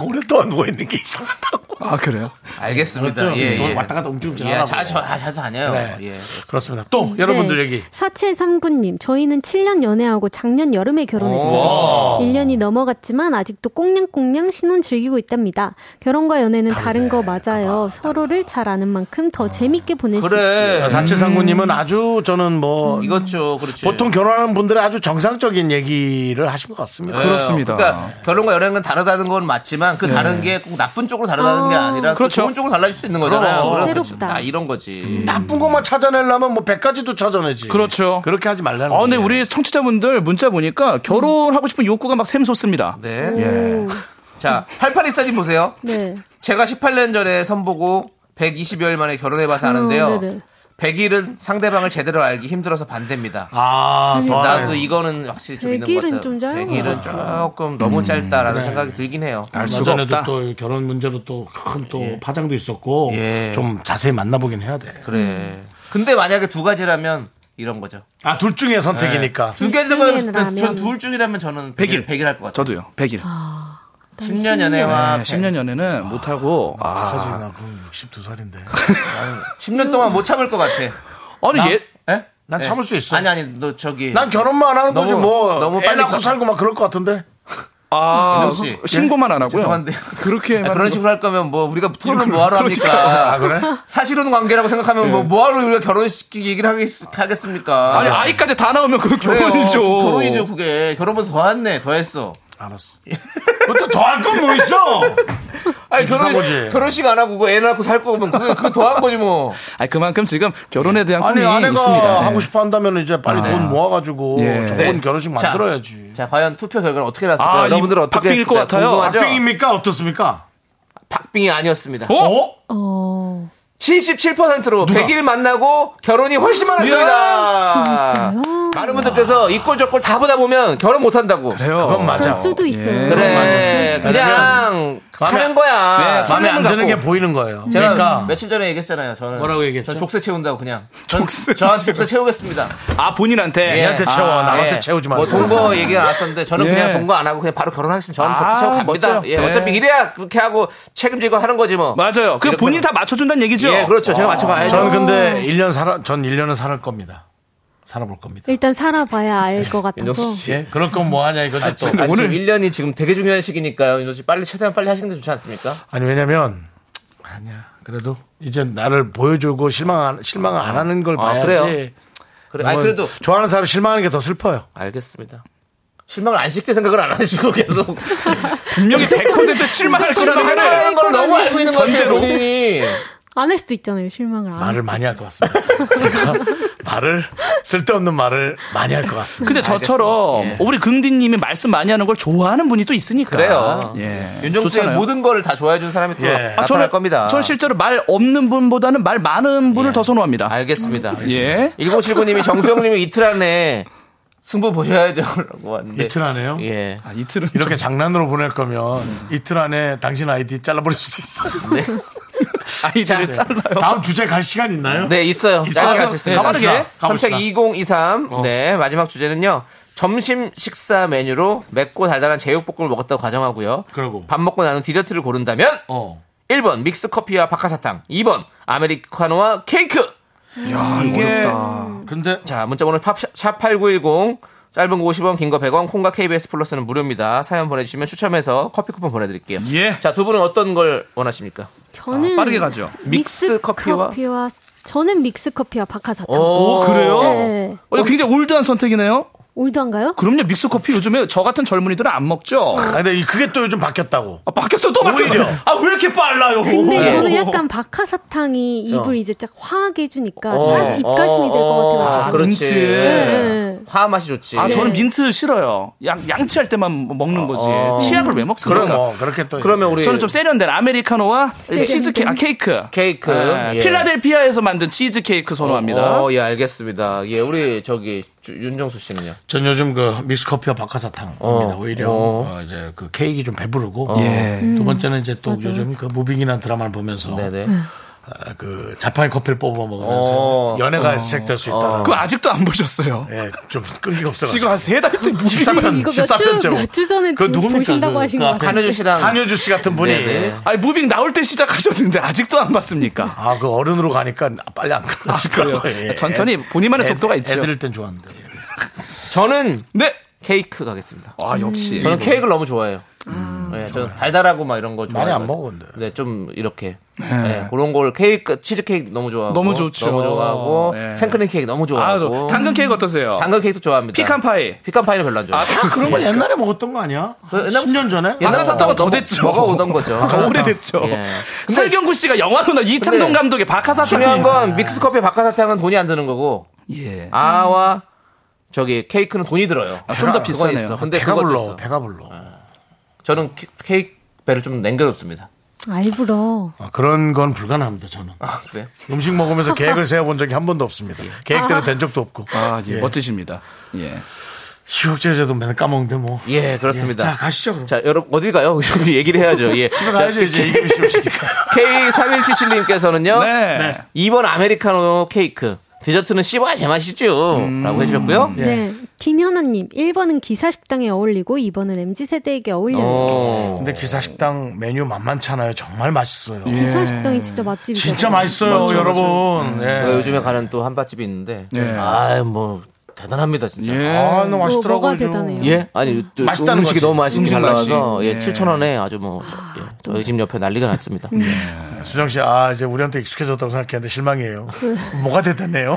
A: 오랫동안 누워 있는 게 이상하다고.
I: 아 그래요?
B: 알겠습니다.
A: 그렇죠.
B: 예,
A: 돈
B: 예.
A: 왔다 갔다 움찔움찔
B: 예,
A: 하라고.
B: 자, 저, 아, 자주 다녀요.
A: 네.
B: 예.
A: 그렇습니다. 또 여러분들
J: 네.
A: 얘기.
J: 4739님, 저희는 7년 연애하고 작년 여름에 결혼했어요.
A: 오.
J: 1년이 넘어갔지만 아직도 꽁냥꽁냥 신혼 즐기고 있답니다. 결혼과 연애는 다른 거 맞아요. 서로를 잘 아는 만큼 더 재밌게 보낼 수 있어요.
A: 사채상구님은 아주 저는 뭐
B: 이것죠, 그렇죠.
A: 보통 결혼하는 분들의 아주 정상적인 얘기를 하신 것 같습니다.
B: 예, 그러니까 결혼과 연애는 다르다는 건 맞지만
A: 네.
B: 그 다른 게 꼭 나쁜 쪽으로 다르다는 게 아니라 그
A: 그렇죠.
B: 좋은 쪽으로 달라질 수 있는 거잖아요.
A: 그럼.
B: 그럼
A: 새롭다. 음.
B: 아, 이런 거지.
A: 나쁜 것만 찾아내려면 뭐 100가지도 찾아내지.
I: 그렇죠.
A: 그렇게 하지 말라는
I: 아,
B: 어,
I: 근데
B: 네.
I: 우리 청취자분들 문자 보니까 결혼하고 싶은 욕구가 막 샘솟습니다.
B: 네.
I: 예.
B: 자, 8824님 보세요.
J: 네.
B: 제가 18년 전에 선보고 120여일 만에 결혼해봐서 아는데요.
J: 어, 네네.
B: 100일은 상대방을 제대로 알기 힘들어서 반대입니다.
A: 아,
J: 더
B: 나도
J: 알아요.
B: 이거는 확실히 좀 있는 것
J: 100일은
B: 같아요.
J: 좀 짧아.
B: 100일은 조금 너무
A: 음,
B: 짧다라는
A: 네.
B: 생각이 들긴 해요.
A: 예전에도 또 결혼 문제로 또 큰 또 파장도 있었고 좀 자세히 만나보긴 해야 돼.
B: 예.
A: 음.
B: 그래. 근데 만약에 두 가지라면 이런 거죠.
A: 아, 둘 중에 선택이니까.
B: 두 개라면 전둘 중이라면 저는 100일 100일 할 것 같아요.
I: 저도요. 100일.
B: 10년 연애와
I: 네, 10년
B: 아.
I: 연애는 못 하고
A: 어떡하지?
I: 아.
A: 나 그럼 62살인데.
B: 10년 동안 못 참을 것 같아.
I: 아니
B: 나-
I: 얘
B: 예?
A: 난
B: 예.
A: 참을 수 있어.
B: 아니 아니 너 저기
A: 난 결혼만 안 하는 거지
B: 너무-
A: 뭐.
B: 너무
A: 애
B: 빨리
A: 낳고
B: 가-
A: 살고 막 그럴 것 같은데.
I: 아,
B: 윤정 씨.
I: 그- 신고만 안 하고요.
B: 죄송한데.
I: 그렇게
B: 아, 그런 식으로 할 거면 뭐 우리가 토론을
I: 이렇게
B: 뭐하러
I: 그러지
B: 합니까?
I: 마. 아, 그래?
B: 사실혼 관계라고 생각하면 뭐
I: 네.
B: 뭐하러 우리가 결혼시키기 얘기를 하겠, 습니까
I: 아니 아이까지 다 나오면 그건 결혼이죠.
B: 결혼이죠 그게. 결혼보다 더 했네. 더 했어.
A: 알았어. 더할 건 뭐 있어?
B: 아니 결혼
I: 비슷한 거지.
B: 결혼식 안 하고 그거 애 낳고 살 거면 그게 그 더한 거지 뭐.
I: 아니 그만큼 지금 결혼에 대한
A: 아니
I: 꿈이
A: 아내가
I: 있습니다. 네.
A: 하고 싶어 한다면 이제 빨리
I: 아,
A: 돈
I: 네.
A: 모아가지고
I: 예.
A: 좋은
I: 네.
A: 결혼식
B: 자,
A: 만들어야지.
B: 자, 과연 투표 결과는 어떻게 났을까요?
A: 아, 이
B: 여러분들 어떻게
A: 박빙일 것
B: 했을까요?
A: 같아요.
B: 궁금하죠?
A: 박빙입니까? 어떻습니까?
B: 박빙이 아니었습니다.
A: 어?
B: 77%로 100일 만나고 결혼이 훨씬 많았습니다. 많은 분들께서 이 꼴 저 꼴 다 보다 보면 결혼 못 한다고. 그래요.
A: 그건 맞아.
J: 그럴 수도
I: 예,
J: 있어요.
B: 그래.
A: 그건 맞아.
B: 그냥 사는 거야.
A: 네, 마음에 안
B: 설렘을
A: 드는 게
B: 갖고.
A: 보이는 거예요.
B: 제가
A: 그러니까
B: 며칠 전에 얘기했잖아요. 저는
A: 뭐라고 얘기했죠?
B: 전 족쇄 채운다고 그냥. 전, 저한 족쇄 채우겠습니다.
I: 아 본인한테
B: 예,
I: 아,
A: 얘한테 네, 채워, 남한테 채우지 말고.
B: 뭐 동거 얘기 안 왔었는데 저는
A: 예.
B: 그냥 동거 안 하고 그냥 바로 결혼하겠습니다. 저는
I: 아,
B: 족쇄 채우고 갑니다.
I: 멋져요.
B: 예,
I: 네.
B: 어차피 이래야 그렇게 하고 책임지고 하는 거지 뭐.
I: 맞아요. 그
B: 이렇게
I: 본인
B: 하는-
I: 다 네, 맞춰준다는 얘기죠.
B: 예, 그렇죠. 제가 맞춰봐야죠.
A: 저는 근데 1년 살아, 전 1년은 살을 겁니다. 살아볼 겁니다.
J: 일단 살아봐야 알 것 같아서.
A: 예? 그럴 건 뭐 하냐 이거죠 또.
B: 그렇죠. 아니, 오늘 1년이 지금 되게 중요한 시기니까요. 윤호 씨 빨리 최대한 빨리 하시는 게 좋지 않습니까?
A: 아니 왜냐면 아니야 그래도 이제 나를 보여주고 실망 안- 실망을 안 하는 걸
B: 아,
A: 봐야지.
B: 그래요? 그래. 아니
A: 그러면
B: 그래도
A: 좋아하는 사람 실망하는 게 더 슬퍼요.
B: 알겠습니다. 실망을 안 시킬 생각을 안 하시고 계속
I: 분명히 100% 실망할 거라는 거를
B: 실망하는 걸 너무 알고 있는 것 같아요.
I: 전제로.
B: 본인이.
J: 안 할 수도 있잖아요, 실망을. 안
A: 말을 많이 할 것 같습니다. 제가 말을 쓸데없는 말을 많이 할 것 같습니다.
I: 근데 저처럼 우리 긍디님이 말씀 많이 하는 걸 좋아하는 분이 또 있으니까.
B: 예. 그래요.
I: 예.
B: 윤정수의
I: 좋잖아요.
B: 모든 거를 다 좋아해 주는 사람이 또 나타날
I: 저는,
B: 겁니다. 예.
I: 전 실제로 말 없는 분보다는 말 많은 분을 더 선호합니다.
B: 알겠습니다.
I: 예.
B: 1979님이 정수영님이 이틀 안에 승부 보셔야죠. 라고 왔는데.
A: 이틀 안에요?
B: 예.
I: 아, 이틀은
A: 이렇게 장난으로 보낼 거면 이틀 안에 당신 아이디 잘라버릴 수도 있어요.
I: 아이디를 잘라요.
A: 다음 주제 갈 시간 있나요?
B: 네, 있어요.
A: 있어요?
B: 짧게 갈수 있습니다.
A: 가만히
B: 선택
A: 가. 가봅시다. 어.
B: 2023. 네, 마지막 주제는요. 점심 식사 메뉴로 맵고 달달한 제육볶음을 먹었다고 가정하고요.
A: 그러고. 어.
B: 밥 먹고 나는 디저트를 고른다면 1번 믹스 커피와 박하사탕, 2번 아메리카노와 케이크.
A: 야, 이게 근데
B: 자, 문자 번호 샵8910 짧은 거 50원, 긴 거 100원, 콩과 KBS 플러스는 무료입니다. 사연 보내주시면 추첨해서 커피 쿠폰 보내드릴게요.
A: 예.
B: 자, 두 분은 어떤 걸 원하십니까?
J: 저는
B: 아, 빠르게 가죠. 믹스 커피와? 어.
J: 커피와- 저는 믹스 커피와 박하사탕.
I: 오, 어, 그래요?
J: 네.
I: 어, 이거 굉장히 올드한 선택이네요.
J: 올드한가요?
I: 그럼요, 믹스커피 요즘에 저 같은 젊은이들은 안 먹죠.
A: 아, 근데 그게 또 요즘 바뀌었다고.
I: 아, 바뀌었어, 또 바뀌었어. 아, 왜 이렇게 빨라요?
J: 근데 저는 약간 박하사탕이 입을
B: 네. 어.
J: 이제 쫙 화하게 해주니까
B: 어.
J: 딱 입가심이 될 것 같아가지고.
B: 아, 그렇지.
J: 네.
B: 화합 맛이 좋지.
I: 아, 저는 민트 싫어요. 양, 양치할 때만 먹는 거지.
B: 어.
I: 치약을 왜 먹습니까?
B: 그럼,
A: 뭐, 그렇게 또.
B: 그러면 우리-
I: 저는 좀 세련된 아메리카노와
B: 세련된?
I: 치즈 케이크, 아, 케이크.
B: 케이크.
I: 예.
B: 예.
I: 필라델피아에서 만든 치즈 케이크 선호합니다.
B: 어, 예, 알겠습니다. 예, 우리 저기 주- 윤정수 씨는요?
A: 전 요즘 그 믹스 커피와 박하사탕입니다.
B: 어.
A: 오히려
B: 어.
A: 어, 이제 그 케이크 좀 배부르고
B: 어. 예.
A: 두
B: 음.
A: 번째는 이제 또
B: 맞아,
A: 요즘
B: 맞아.
A: 그 무빙이라는 드라마를 보면서
B: 네네.
A: 아, 그 자판기 커피를 뽑아 먹으면서
I: 어.
A: 연애가
I: 어.
A: 시작될 수 있다는
I: 그거 아직도 안 보셨어요.
A: 예, 좀 끈기가 없어.
I: 지금 한 세 달째 뭐- 무빙.
A: 14편,
I: 이거 몇 주-
A: 14편째.
I: 몇주 전에
A: 그
I: 지금
A: 누굽니까?
I: 보신다고
A: 그,
I: 하신
A: 그
I: 것
A: 앞에
I: 같아요. 한효주 씨랑-
A: 한효주 씨 같은 분이
I: 네네. 아니, 무빙 나올 때 시작하셨는데 아직도 안 봤습니까? 아,
A: 아, 그 어른으로 가니까 빨리 안
B: 아,
A: 가.
I: 그래요?
B: 예.
I: 천천히 본인만의 속도가 있죠.
A: 애들일 땐 좋아한다.
B: 저는
I: 네
B: 케이크 가겠습니다.
I: 아 역시
B: 저는 케이크를 너무 좋아해요.
I: 음.
B: 예, 저는 달달하고 막 이런 거
A: 많이
B: 좋아해요.
A: 안 먹어, 근데.
B: 네, 좀 이렇게.
A: 네.
B: 예, 그런 걸 케이크 치즈 케이크 너무 좋아하고
I: 너무 좋죠.
B: 너무 좋아하고
I: 예.
B: 생크림 케이크 너무 좋아하고
I: 아, 당근 케이크 어떠세요?
B: 당근 케이크도 좋아합니다.
I: 피칸 파이.
B: 피칸 파이는 별로 안 좋아해요.
A: 아, 그런 건 옛날에 먹었던 거 아니야? 한 10년 전에?
B: 옛날에 아,
I: 박하사탕은 아, 더
B: 먹어-
I: 됐죠.
B: 먹어오던 거죠.
I: 더 오래됐죠.
B: 아, 예. 네.
I: 설경구 씨가 영화로나 이창동
B: 근데
I: 감독의 박하사탕
B: 중요한 건 믹스커피 박하사탕은 돈이 안 드는 거고
I: 예.
B: 아와 저기 케이크는 돈이 들어요.
I: 아, 좀더
B: 그건
I: 비싸네요.
B: 있어. 근데
A: 배가
B: 그것도
A: 불러,
B: 있어.
A: 배가 불러.
B: 저는 케- 케이크 배를 좀 남겨놓습니다.
J: 아, 일부러.
A: 아, 그런 건 불가능합니다, 저는.
B: 아, 그래요? 예.
A: 음식 먹으면서 계획을 세워본 적이 한 번도 없습니다. 계획대로 된 적도 없고.
I: 아, 예, 멋지십니다. 예.
A: 휴육제제도 맨날 까먹는데 뭐.
B: 예, 그렇습니다.
A: 예, 자, 가시죠, 그럼.
B: 자, 여러분 어딜 가요? 우리 얘기를 해야죠. 예.
A: 집에 가야죠,
B: 자,
A: 이제. 이게 싫으시니까.
B: K3177님께서는요.
A: 네. 네.
B: 2번 아메리카노 케이크. 디저트는 씹어야 제맛이죠. 라고 해주셨고요.
J: 네. 김현아님, 1번은 기사식당에 어울리고 2번은 MZ세대에게 어울려요.
A: 근데 기사식당 메뉴 만만찮아요. 정말 맛있어요.
J: 기사식당이 진짜 맛집이죠.
A: 진짜 맛있어요,
B: 예. 맞죠,
A: 여러분. 예.
B: 제가 어, 요즘에 가는 또 한밭집이 있는데. 아, 뭐 대단합니다, 진짜.
I: 예.
A: 아, 너무 맛있더라고요.
J: 뭐가
A: 요즘.
J: 대단해요?
B: 예? 아니, 저,
A: 맛있다는
B: 음식이
A: 거지.
B: 너무 맛있게
A: 음식
B: 잘
A: 맛이.
B: 나와서 예,
A: 예.
B: 7,000원에 아주 뭐 예, 저희 집 옆에 난리가 났습니다. 예.
A: 수정 씨, 아, 이제 우리한테 익숙해졌다고 생각했는데 실망이에요.
B: 네.
A: 뭐가 대단해요?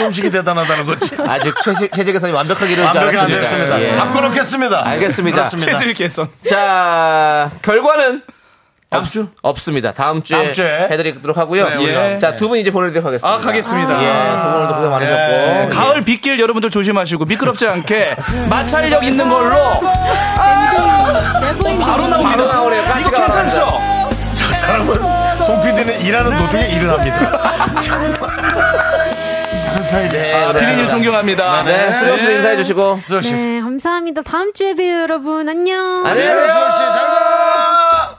A: 음식이 대단하다는 거지.
B: 아직 채식, 채식 개선이 완벽하게 이루어지지
A: 완벽히 안
B: 않았습니다. 예.
A: 됐습니다. 바꿔놓겠습니다.
B: 알겠습니다.
A: 그렇습니다.
I: 개선.
B: 자, 결과는
A: 다음 주?
B: 없습니다. 다음 주에,
A: 다음 주에.
B: 해드리도록 하고요. 예.
A: 네, 우리가.
B: 자, 두 분 이제 보내드리도록 하겠습니다.
I: 아, 가겠습니다.
B: 예, 두 분 오늘도 고생 많으셨고.
A: 네.
I: 예. 가을 빗길 여러분들 조심하시고 미끄럽지 않게 마찰력 있는 걸로 어, 바로 나오죠.
B: 바로 나오네요.
I: 이거
B: 가시가
I: 괜찮죠?
A: 저 사람은 송 PD는 일하는 도중에 일을 합니다. 이상한 사이네. 아,
B: 네, 네.
I: 피디님 존경합니다.
B: 네, 수정 씨 인사해 주시고.
A: 수정 씨.
J: 네, 감사합니다. 다음 주에 봬요, 여러분. 안녕.
B: 안녕히 계세요, 수정 씨. 잘 가!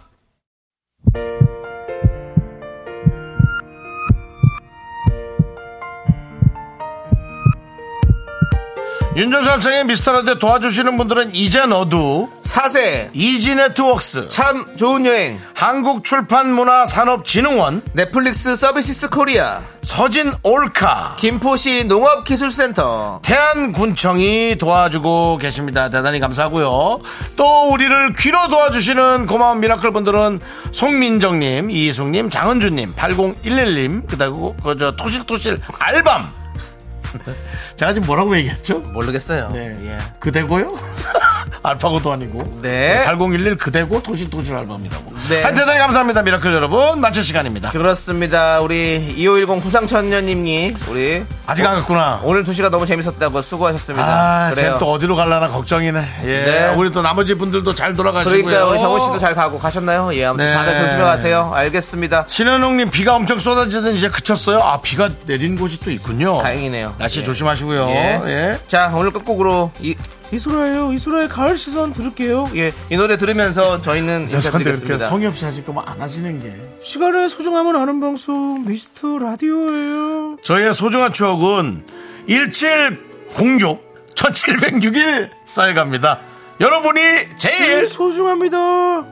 A: 윤정수 학생의 미스터라디오 도와주시는 분들은 이제 너도
B: 사세
A: 이지네트웍스
B: 참 좋은 여행
A: 한국출판문화산업진흥원
B: 넷플릭스 서비스 코리아
A: 서진 올카
B: 김포시 농업기술센터
A: 태안군청이 도와주고 계십니다. 대단히 감사하고요. 또 우리를 귀로 도와주시는 고마운 미라클 분들은 송민정님, 이희숙님, 장은주님, 8011님, 그다고 그저 토실토실 알밤. 제가 지금 뭐라고 얘기했죠?
B: 모르겠어요.
A: 네. 그대고요? 알파고도 아니고.
B: 예. 네.
A: 8011 그대고 토실토실 알밤이라고.
B: 네.
A: 하여튼 대단히 감사합니다. 미라클 여러분. 마칠 시간입니다.
B: 그렇습니다. 우리 2510 구상천녀님이 우리
A: 아직 안 갔구나.
B: 오늘 2시가 너무 재밌었다고 수고하셨습니다.
A: 아, 쟤
B: 그래요.
A: 또 어디로 갈라나 걱정이네. 예.
B: 네.
A: 우리 또 나머지 분들도 잘 돌아가시고요.
B: 그러니까 우리 정원 씨도 잘 가고 가셨나요? 예, 아무튼
A: 네.
B: 다들 조심해 가세요. 알겠습니다.
A: 신현웅님 비가 엄청 쏟아지던 이제 그쳤어요. 아 비가 내린 곳이 또 있군요.
B: 다행이네요.
A: 날씨
B: 예.
A: 조심하시고요.
B: 예.
A: 예.
B: 자, 오늘 끝곡으로 이 이소라예요. 이소라의 가을 시선 들을게요. 예, 이 노래 들으면서 저희는
A: 여성들 이렇게
B: 인사드리겠습니다.
A: 성의 없이 하실 거면 안 하시는 게.
B: 시간의 소중함을 아는 방송 미스터 라디오예요.
A: 저희의 소중한 추억은 1706 1706일 쌓여갑니다. 여러분이 제일
B: 소중합니다.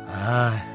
A: 아.